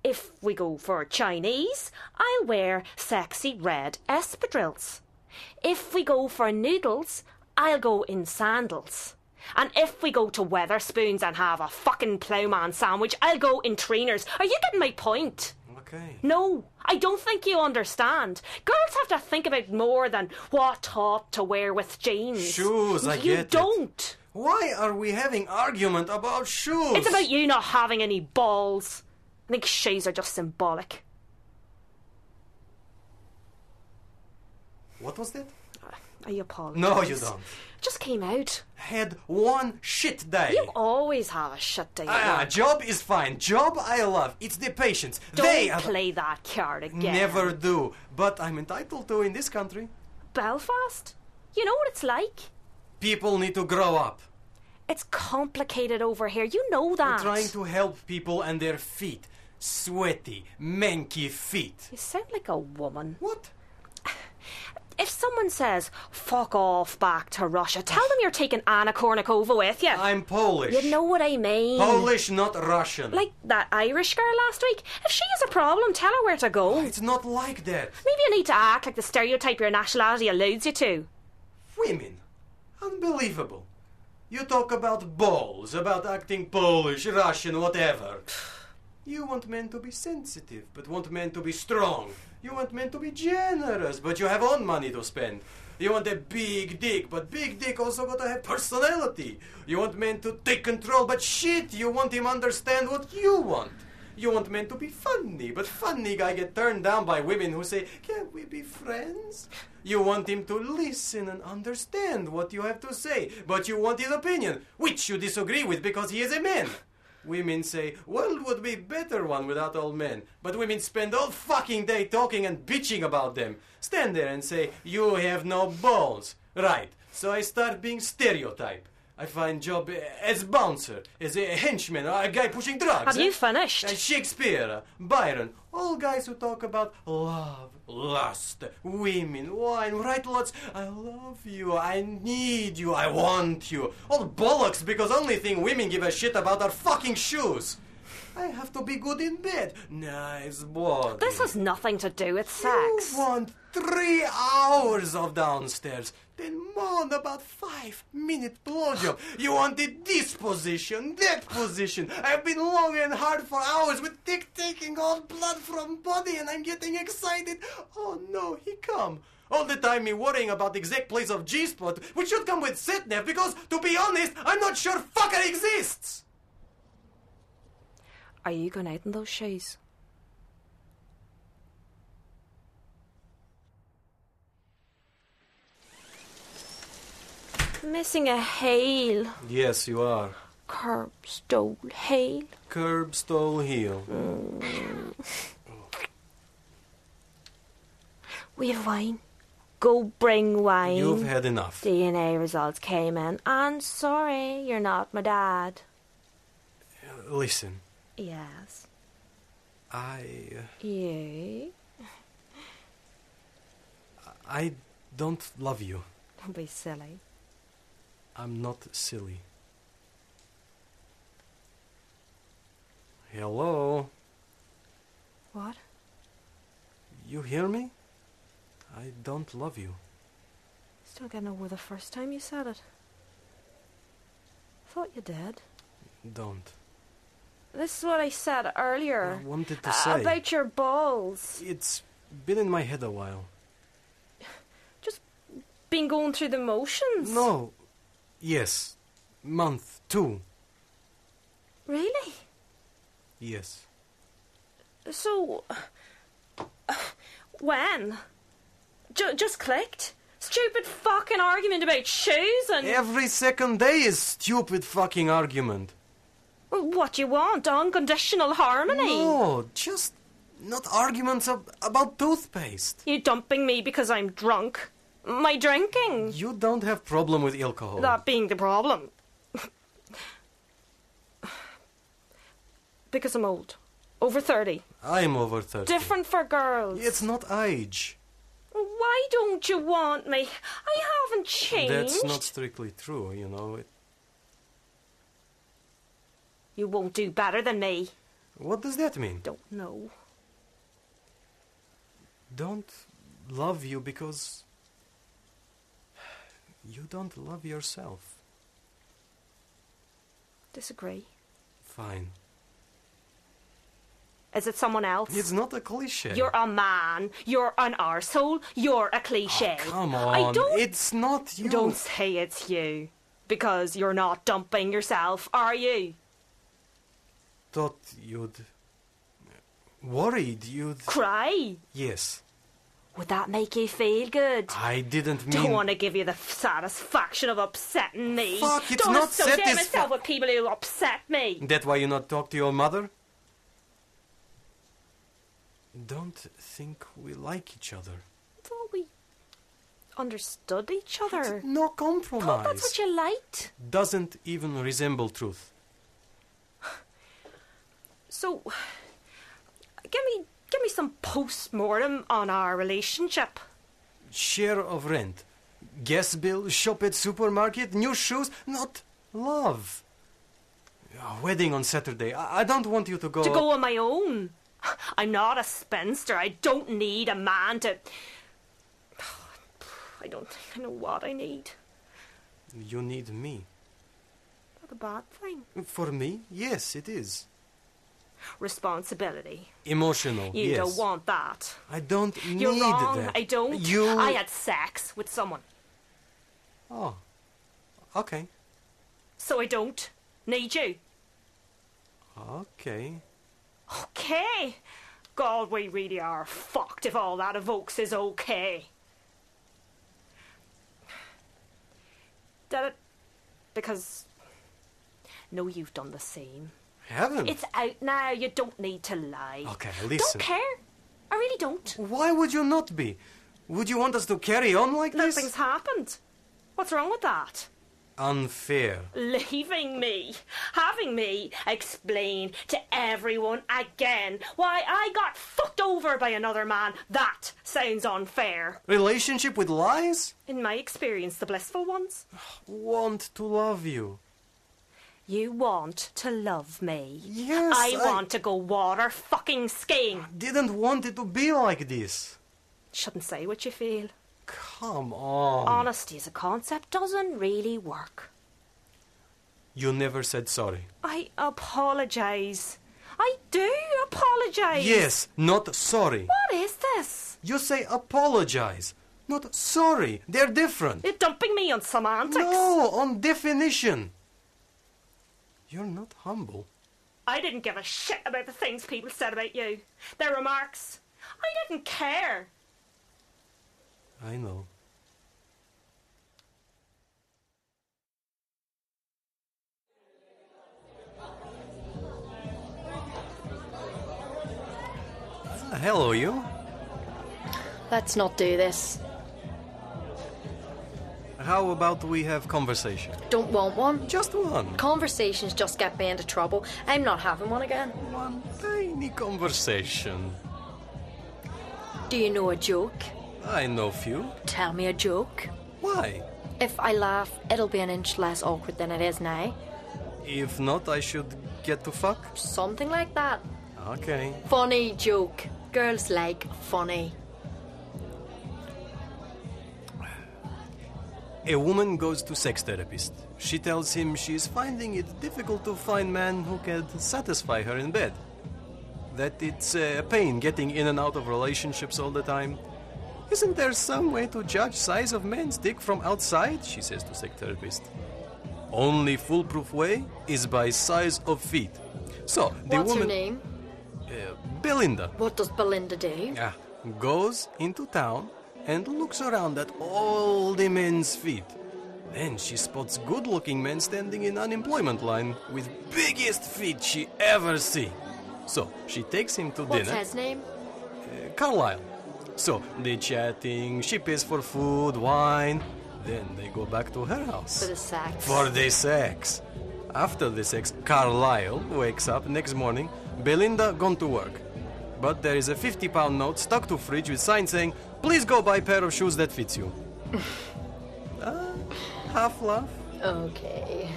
If we go for Chinese, I'll wear sexy red espadrilles. If we go for noodles, I'll go in sandals. And if we go to Weatherspoons and have a fucking ploughman sandwich, I'll go in trainers. Are you getting my point? Okay. No, I don't think you understand. Girls have to think about more than what top to wear with jeans. Shoes, I you get it. don't. Why are we having argument about shoes? It's about you not having any balls. I think shoes are just symbolic. What was that? Are you apologise? No, you don't. Just came out. Had one shit day. You always have a shit day. at Ah, work. job is fine. Job I love. It's the patients. don't they are- play that card again. never do. But I'm entitled to in this country. Belfast. You know what it's like. People need to grow up. It's complicated over here. You know that. Trying to help people and their feet. Sweaty, manky feet. You sound like a woman. What? If someone says "fuck off" back to Russia, tell them you're taking Anna Kournikova with you. I'm Polish. You know what I mean. Polish, not Russian. Like that Irish girl last week. If she has a problem, tell her where to go. It's not like that. Maybe you need to act like the stereotype your nationality alludes you to. Women. Unbelievable. You talk about balls, about acting Polish, Russian, whatever. You want men to be sensitive, but want men to be strong. You want men to be generous, but you have own money to spend. You want a big dick, but big dick also gotta have personality. You want men to take control, but shit, you want him understand what you want. You want men to be funny, but funny guy get turned down by women who say, "Can't we be friends?" You want him to listen and understand what you have to say, but you want his opinion, which you disagree with because he is a man. Women say, world would be better one without all men. But women spend all fucking day talking and bitching about them. Stand there and say, you have no balls. Right. So I start being stereotype. I find job eh, as bouncer, as a henchman, or a guy pushing drugs. Have you eh? finished? Uh, Shakespeare, uh, Byron, all guys who talk about love, lust, women, wine, right lots. I love you, I need you, I want you. All bollocks because only thing women give a shit about are fucking shoes. I have to be good in bed. Nice body. This has nothing to do with sex. You want three hours of downstairs, then moan about five minute blowjob. You wanted this position, that position. I've been long and hard for hours with dick taking all blood from body, and I'm getting excited. Oh no, he come. All the time me worrying about exact place of G spot, which should come with sitnev because to be honest, I'm not sure fucker exists. Are you going out in those shoes? Missing a heel. Yes, you are. Curb stole heel. Curb stole heel. We have wine. Go bring wine. had enough. DNA results came in. I'm sorry, you're not my dad. Listen, Yes. I. uh, You? I don't love you. Don't be silly. I'm not silly. Hello? What? You hear me? I don't love you. Still getting over the first time you said it. Thought you did. Don't. This is what I said earlier. I wanted to uh, say. About your balls. It's been in my head a while. Just been going through the motions. No. Yes. Month. Two. Really? Yes. So, When? Ju- just clicked? Stupid fucking argument about shoes and. Every second day is stupid fucking argument. Well, What you want? Unconditional harmony? No, just not arguments ab- about toothpaste. You dumping me because I'm drunk? My drinking? You don't have problem with alcohol. That being the problem. *sighs* because I'm old. Over 30. I'm over 30. Different for girls. It's not age. Why don't you want me? I haven't changed. That's not strictly true, you know. It- You won't do better than me. What does that mean? Don't know. Don't love you because you don't love yourself. Disagree. Fine. Is it someone else? It's not a cliche. You're a man. You're an arsehole. You're a cliche. Oh, Come I on. don't It's not you. Don't say it's you. Because you're not dumping yourself, are you? Thought you'd. Worried you'd. Cry. Yes. Would that make you feel good? I didn't mean. Don't want to give you the f- satisfaction of upsetting me. Fuck, it's Don't not associate satisfa- myself with people who upset me. That why you not talk to your mother? Don't think we like each other. thought we understood each other. No compromise. That's what you liked. Doesn't even resemble truth. So, give me give me some post mortem on our relationship. Share of rent, gas bill, shop at supermarket, new shoes, not love. A wedding on Saturday. I, I don't want you to go. to go on my own. I'm not a spinster. I don't need a man to. *sighs* I don't think I know what I need. You need me. Is that a bad thing? For me, yes, it is. Responsibility. Emotional. You yes. don't want that. I don't need You're wrong. that. I don't. You. I had sex with someone, Oh. Okay. so I don't need you. Okay. Okay. God, we really are fucked if all that evokes is okay. Did it because. No, you've done the same. Heaven. It's out now. You don't need to lie. Hmm. Okay, Don't listen. care. I really don't. Why would you not be? Would you want us to carry on like this? Nothing's happened. What's wrong with that? Unfair. Leaving me, having me explain to everyone again why I got fucked over by another man. That sounds unfair. Relationship with lies? In my experience, the blissful ones. Want to love you. You want to love me. Yes, I, I- want to go water fucking skiing. Didn't want it to be like this. Shouldn't say what you feel. Come on. Honesty as a concept doesn't really work. You never said sorry. I apologise. I do apologise. Yes, not sorry. What is this? You say apologize, not sorry. They're different. You're dumping me on semantics. No, on definition. You're not humble. I didn't give a shit about the things people said about you. Their remarks. I didn't care. I know. Who the hell are Ah, you? Let's not do this. How about we have conversation? Don't want one. Just one. Conversations just get me into trouble. I'm not having one again. One tiny conversation. Do you know a joke? I know few. Tell me a joke. Why? If I laugh, it'll be an inch less awkward than it is now. If not, I should get to fuck? Something like that. Okay. Funny joke. Girls like funny. A woman goes to sex therapist. She tells him she is finding it difficult to find men who can satisfy her in bed. That it's uh, a pain getting in and out of relationships all the time. Isn't there some way to judge size of man's dick from outside? She says to sex therapist. Only foolproof way is by size of feet. So the What's woman, her name? Belinda. What does Belinda do? Ah, goes into town and looks around at all the men's feet. Then she spots good-looking men standing in unemployment line with biggest feet she ever see. So she takes him to What's dinner. his name? Carlisle. So they chatting, she pays for food, wine. Then they go back to her For house. the sex. For the sex. After the sex, Carlisle wakes up next morning. Belinda gone to work. But there is a 50 pound note stuck to fridge with sign saying, please go buy pair of shoes that fits you. Ah, half laugh. Okay.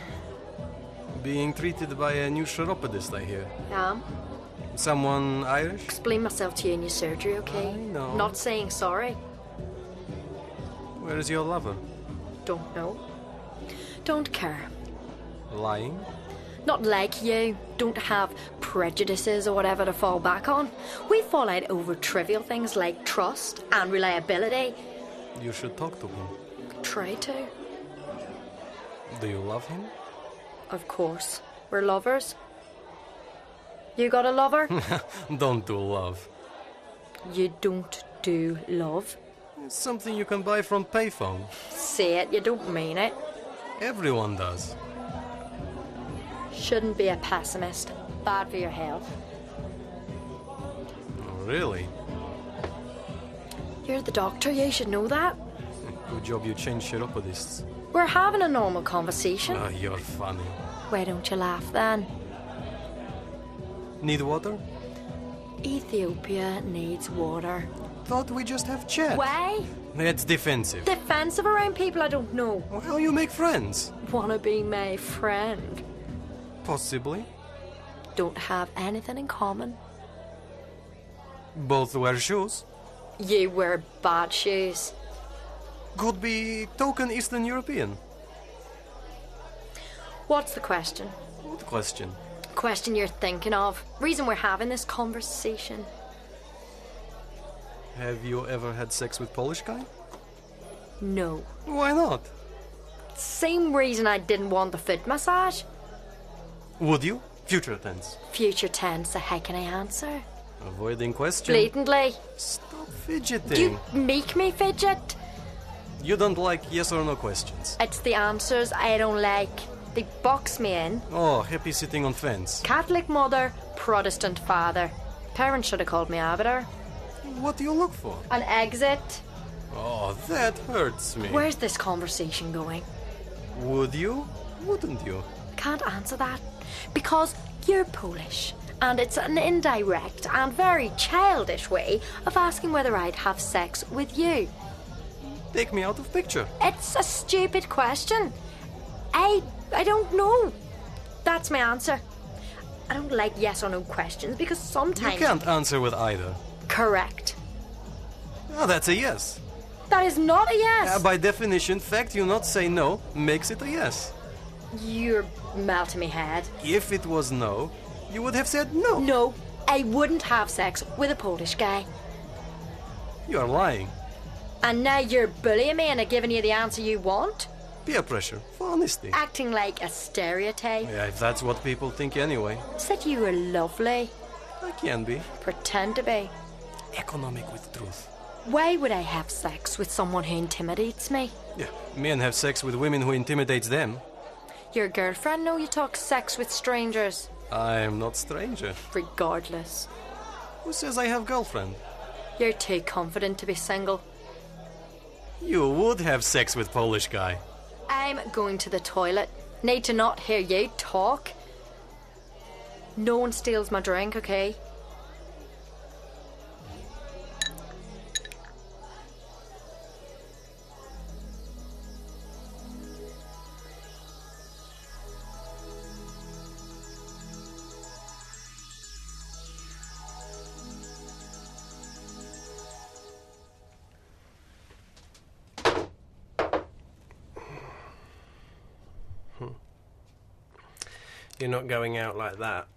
Being treated by a new chiropodist, I hear. Um, Someone Irish? explain myself to you in your surgery, okay? I know. Not saying sorry. Where is your lover? Don't know. Don't care. Lying? Not like you. Don't have prejudices or whatever to fall back on. We fall out over trivial things like trust and reliability. You should talk to him. Try to. Do you love him? Of course. We're lovers. You got a lover? *laughs* Don't do love. you don't do love. It's something you can buy from payphone. Say it, you don't mean it. Everyone does. Shouldn't be a pessimist. Bad for your health. Really? You're the doctor, you should know that. Good job you changed chiropodists. We're having a normal conversation. Ah, you're funny. Why don't you laugh then? Need water? Ethiopia needs water. Thought we just have chat. Why? That's defensive. Defensive around people I don't know. well, you make friends. Wanna be my friend. Possibly. Don't have anything in common. Both wear shoes. You wear bad shoes. Could be token Eastern European. What's the question? Good question. Question you're thinking of. Reason we're having this conversation. Have you ever had sex with Polish guy? No. Why not? Same reason I didn't want the foot massage. Would you? Future tense. Future tense, the heck can I answer? Avoiding question. Blatantly. Stop fidgeting. You make me fidget. you don't like yes or no questions. It's the answers I don't like. They box me in. Oh, happy sitting on fence. Catholic mother, Protestant father. Parents should have called me arbiter. What do you look for? An exit. Oh, that hurts me. Where's this conversation going? Would you? Wouldn't you? Can't answer that. Because you're Polish. And it's an indirect and very childish way of asking whether I'd have sex with you. Take me out of picture. It's a stupid question. I I don't know. That's my answer. I don't like yes or no questions because sometimes You can't answer with either. correct. Oh, that's a yes. That is not a yes. Uh, by definition, fact you not say no makes it a yes. You're melting me head. If it was no, you would have said no. No, I wouldn't have sex with a Polish guy. You are lying. And now you're bullying me and I'm giving you the answer you want, Peer pressure for honesty. acting like a stereotype. yeah, if that's what people think anyway, Said you were lovely. I can be. Pretend to be. Economic with truth. Why would I have sex with someone who intimidates me? Yeah, men have sex with women who intimidates them. Your girlfriend know you talk sex with strangers. I'm not stranger. Regardless, Who says I have girlfriend? you're too confident to be single. You would have sex with Polish guy. I'm going to the toilet. Need to not hear you talk. No one steals my drink, okay? You're not going out like that.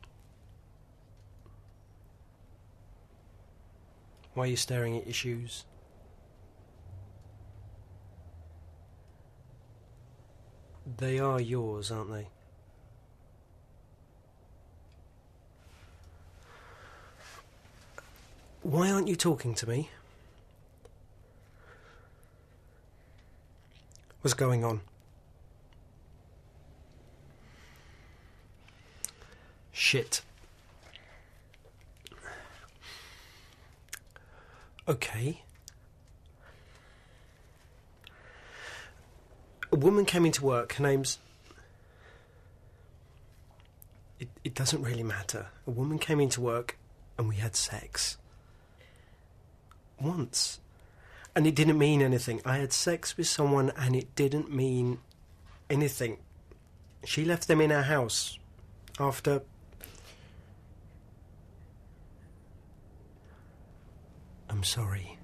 Why are you staring at your shoes? They are yours, aren't they? Why aren't you talking to me? was going on. Shit. Okay. A woman came into work. Her name's. It, it doesn't really matter. A woman came into work and we had sex. Once. And it didn't mean anything. I had sex with someone and it didn't mean anything. She left them in her house after. I'm sorry.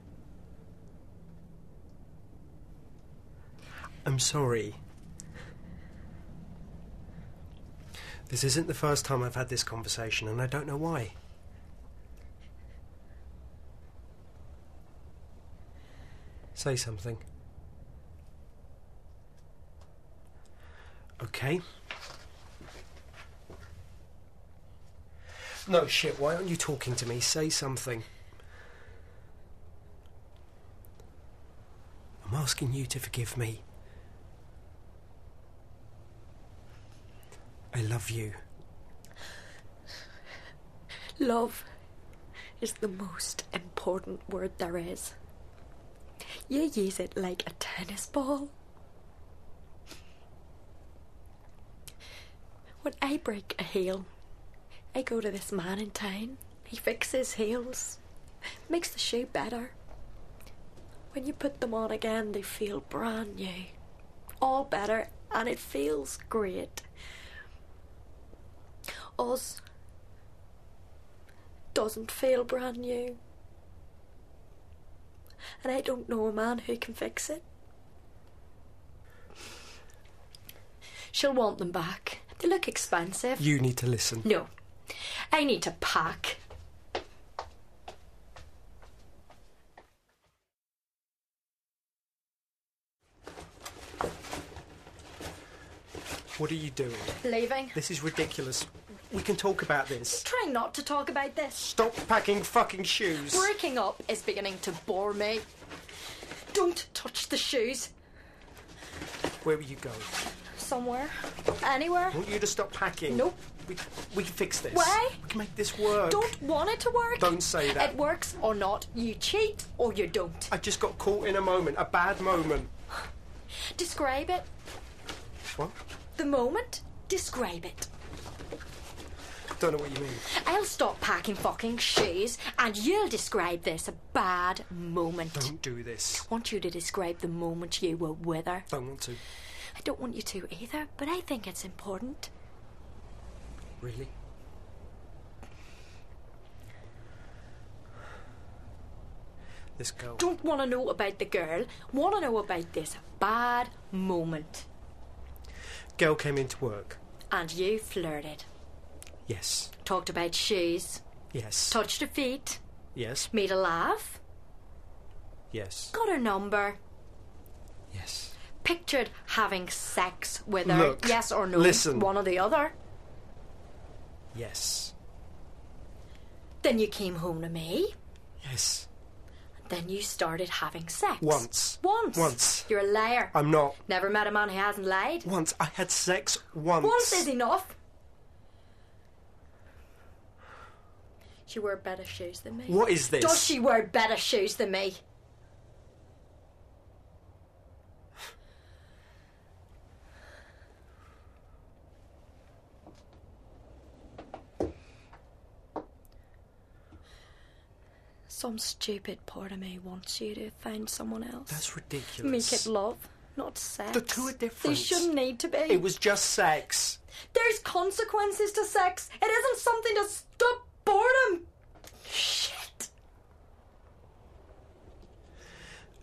I'm sorry. This isn't the first time I've had this conversation, and I don't know why. Say something. Okay. No, shit, why aren't you talking to me? Say something. I'm asking you to forgive me. I love you. Love is the most important word there is. You use it like a tennis ball. When I break a heel, I go to this man in town. He fixes heels, makes the shoe better. When you put them on again, they feel brand new. All better, and it feels great. Us doesn't feel brand new. And I don't know a man who can fix it. She'll want them back. They look expensive. You need to listen. No. I need to pack. What are you doing? Leaving. This is ridiculous. We can talk about this. Trying not to talk about this. Stop packing fucking shoes. Breaking up is beginning to bore me. Don't touch the shoes. Where are you going? Somewhere. Anywhere. I want you to stop packing. Nope. We, we can fix this. Why? We can make this work. Don't want it to work. Don't say that. It works or not. You cheat or you don't. I just got caught in a moment, a bad moment. Describe it. What? The moment. Describe it. Don't know what you mean. I'll stop packing fucking shoes and you'll describe this a bad moment. Don't do this. want you to describe the moment you were with her. Don't want to. I don't want you to either, but I think it's important. Really? This girl. Don't want to know about the girl, want to know about this bad moment. Girl came into work. And you flirted. Yes. Talked about shoes, Yes. touched her feet, yes. made her laugh, Yes. got her number, Yes. pictured having sex with her. Look, yes or no, listen. one or the other. Yes. Then you came home to me. Yes. Then you started having sex. Once. Once. Once. You're a liar. I'm not. Never met a man who hasn't lied. Once. I had sex once. Once is enough. She wore better shoes than me. What is this? Does she wear better shoes than me? Some stupid part of me wants you to find someone else. That's ridiculous. Make it love, not sex. The two are They different. shouldn't need to be. It was just sex. There's consequences to sex. It isn't something to stop boredom. Shit.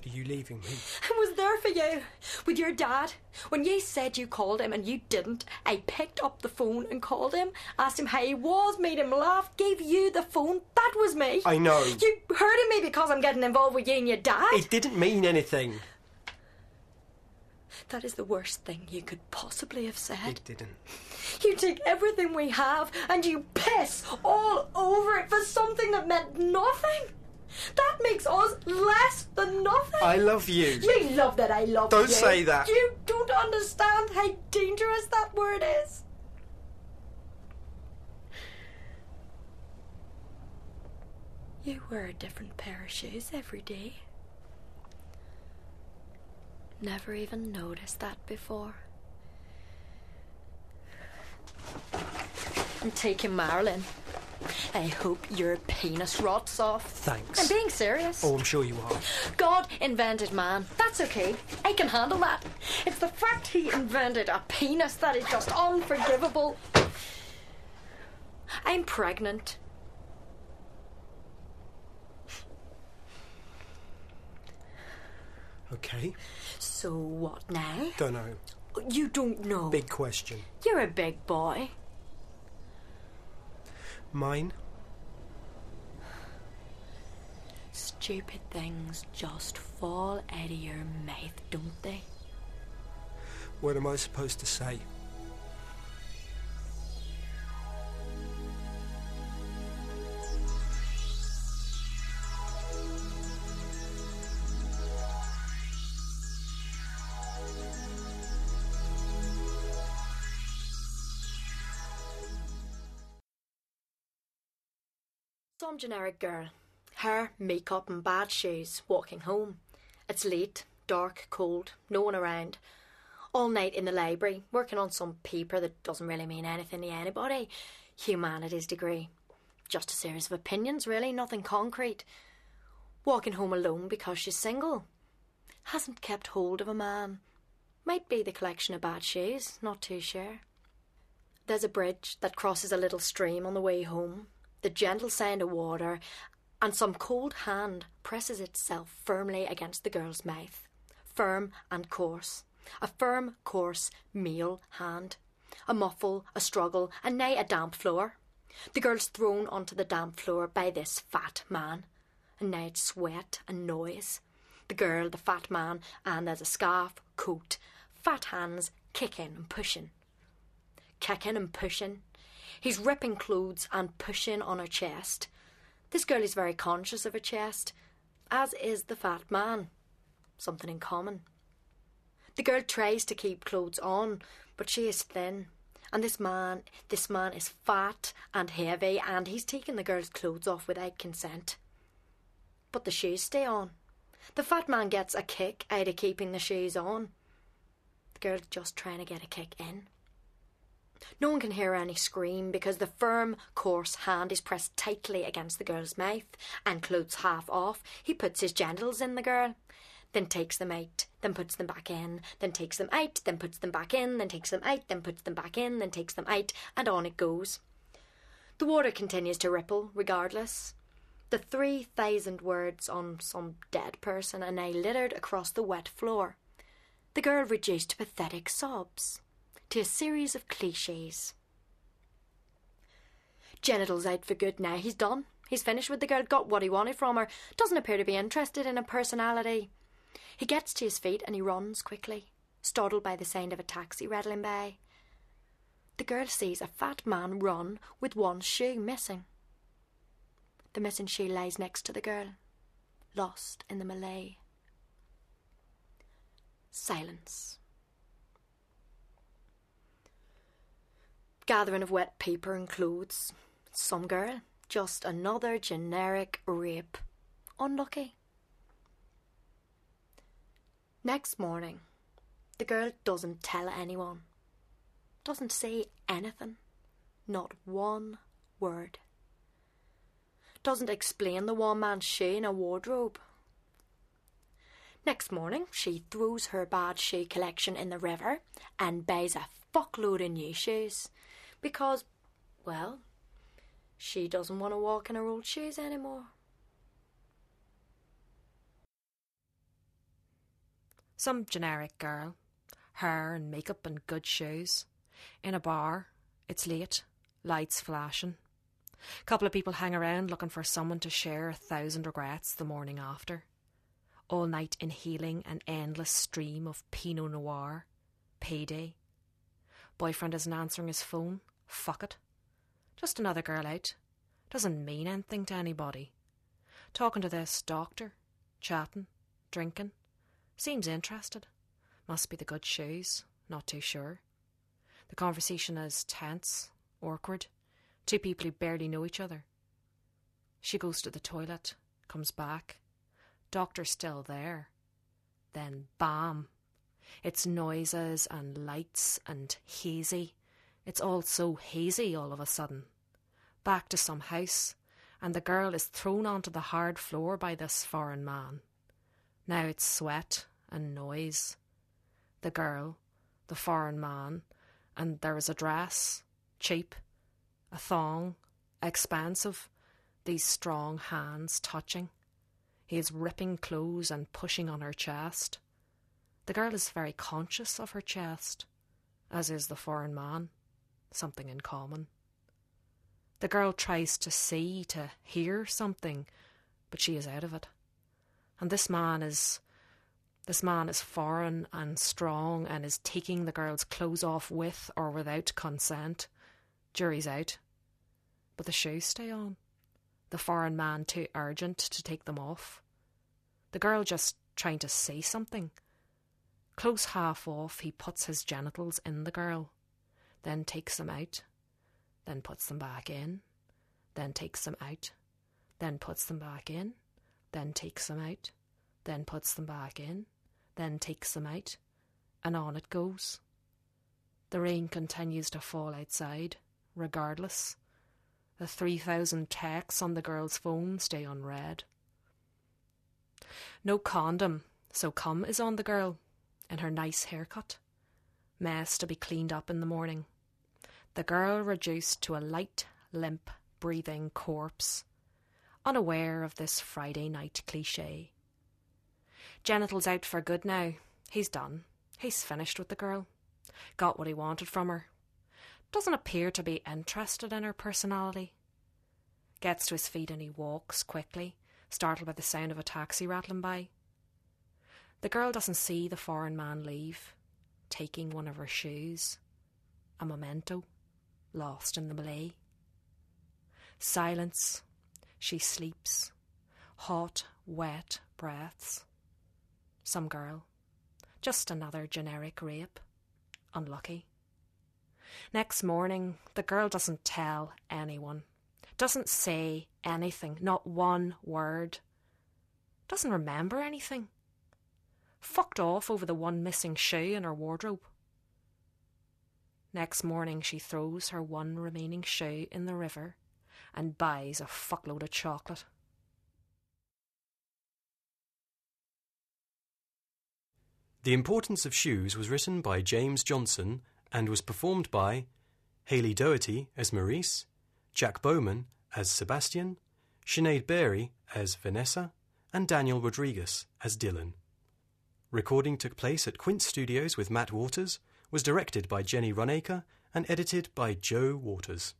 Are you leaving me? I was there for you. With your dad. When you said you called him and you didn't, I picked up the phone and called him, asked him how he was, made him laugh, gave you the phone. That was me. I know. You hurting me because I'm getting involved with you and your dad? It didn't mean anything. That is the worst thing you could possibly have said. It didn't. You take everything we have and you piss all over it for something that meant nothing. That makes us less than nothing. I love you. You love that I love Don't you. say that. You don't understand how dangerous that word is. You wear a different pair of shoes every day. Never even noticed that before. I'm taking Marilyn. I hope your penis rots off. I'm Thanks. being serious. Oh, I'm sure you are. God invented man. That's okay. I can handle that. It's the fact he invented a penis that is just unforgivable. I'm pregnant. Okay. So what now? Don't know. You don't know. Big question. You're a big boy. Mine? Stupid things just fall out of your mouth, don't they? What am I supposed to say? Some generic girl. Hair, makeup, and bad shoes, walking home. It's late, dark, cold, no one around. All night in the library, working on some paper that doesn't really mean anything to anybody. Humanities degree. Just a series of opinions, really, nothing concrete. Walking home alone because she's single. Hasn't kept hold of a man. Might be the collection of bad shoes, not too sure. There's a bridge that crosses a little stream on the way home, the gentle sound of water, and some cold hand presses itself firmly against the girl's mouth. Firm and coarse. A firm, coarse, male hand. A muffle, a struggle, and now a damp floor. The girl's thrown onto the damp floor by this fat man. And now it's sweat and noise. The girl, the fat man, and there's a scarf, coat, fat hands kicking and pushing kicking and pushing. He's ripping clothes and pushing on her chest. This girl is very conscious of her chest, as is the fat man. Something in common. The girl tries to keep clothes on, but she is thin. And this man, this man is fat and heavy, and he's taking the girl's clothes off without consent. But the shoes stay on. The fat man gets a kick out of keeping the shoes on. The girl's just trying to get a kick in. No one can hear any scream because the firm, coarse hand is pressed tightly against the girl's mouth, and clothes half off, he puts his genitals in the girl, then takes them out, then puts them back in, then takes them out, then puts them back in, then takes them out, then puts them back in, then takes them out, and on it goes. The water continues to ripple, regardless. The three thousand words on some dead person are now littered across the wet floor. The girl reduced to pathetic sobs to a series of cliches. Genitals out for good now. He's done. He's finished with the girl, got what he wanted from her, doesn't appear to be interested in her personality. He gets to his feet and he runs quickly, startled by the sound of a taxi rattling by. The girl sees a fat man run with one shoe missing. The missing shoe lies next to the girl, lost in the melee. Silence. gathering of wet paper and clothes. Some girl, just another generic rape. Unlucky. Next morning, the girl doesn't tell anyone, doesn't say anything, not one word. Doesn't explain the one man shoe in a wardrobe. Next morning, she throws her bad shoe collection in the river and buys a fuckload of new shoes because, well, she doesn't want to walk in her old shoes anymore. Some generic girl. Hair and makeup and good shoes. In a bar. It's late. Lights flashing. Couple of people hang around looking for someone to share a thousand regrets the morning after. All night inhaling an endless stream of Pinot Noir. Payday. Boyfriend isn't answering his phone. Fuck it. Just another girl out. Doesn't mean anything to anybody. Talking to this doctor, chatting, drinking. Seems interested. Must be the good shoes, not too sure. The conversation is tense, awkward. Two people who barely know each other. She goes to the toilet, comes back. Doctor's still there. Then bam! It's noises and lights and hazy. It's all so hazy all of a sudden. Back to some house, and the girl is thrown onto the hard floor by this foreign man. Now it's sweat and noise. The girl, the foreign man, and there is a dress, cheap, a thong, expansive, these strong hands touching. He is ripping clothes and pushing on her chest. The girl is very conscious of her chest, as is the foreign man, something in common. The girl tries to see, to hear something, but she is out of it. And this man is. This man is foreign and strong and is taking the girl's clothes off with or without consent. Jury's out. But the shoes stay on. The foreign man too urgent to take them off. The girl just trying to say something. Close half off, he puts his genitals in the girl, then takes them out, then puts them back in, then takes them out, then puts them back in, then takes them out, then puts them back in, then takes them out, and on it goes. The rain continues to fall outside, regardless. The 3,000 texts on the girl's phone stay unread. No condom, so cum is on the girl in her nice haircut. Mess to be cleaned up in the morning. The girl reduced to a light, limp, breathing corpse, unaware of this Friday night cliche. Genitals out for good now. He's done. He's finished with the girl. Got what he wanted from her. Doesn't appear to be interested in her personality. Gets to his feet and he walks quickly, startled by the sound of a taxi rattling by. The girl doesn't see the foreign man leave, taking one of her shoes, a memento, lost in the melee. Silence. She sleeps. Hot, wet breaths. Some girl. Just another generic rape. Unlucky. Next morning, the girl doesn't tell anyone. Doesn't say anything, not one word. Doesn't remember anything fucked off over the one missing shoe in her wardrobe. Next morning, she throws her one remaining shoe in the river and buys a fuckload of chocolate. The Importance of Shoes was written by James Johnson and was performed by Haley Doherty as Maurice, Jack Bowman as Sebastian, Sinead Berry as Vanessa, and Daniel Rodriguez as Dylan recording took place at Quint Studios with Matt Waters, was directed by Jenny Runacre, and edited by Joe Waters.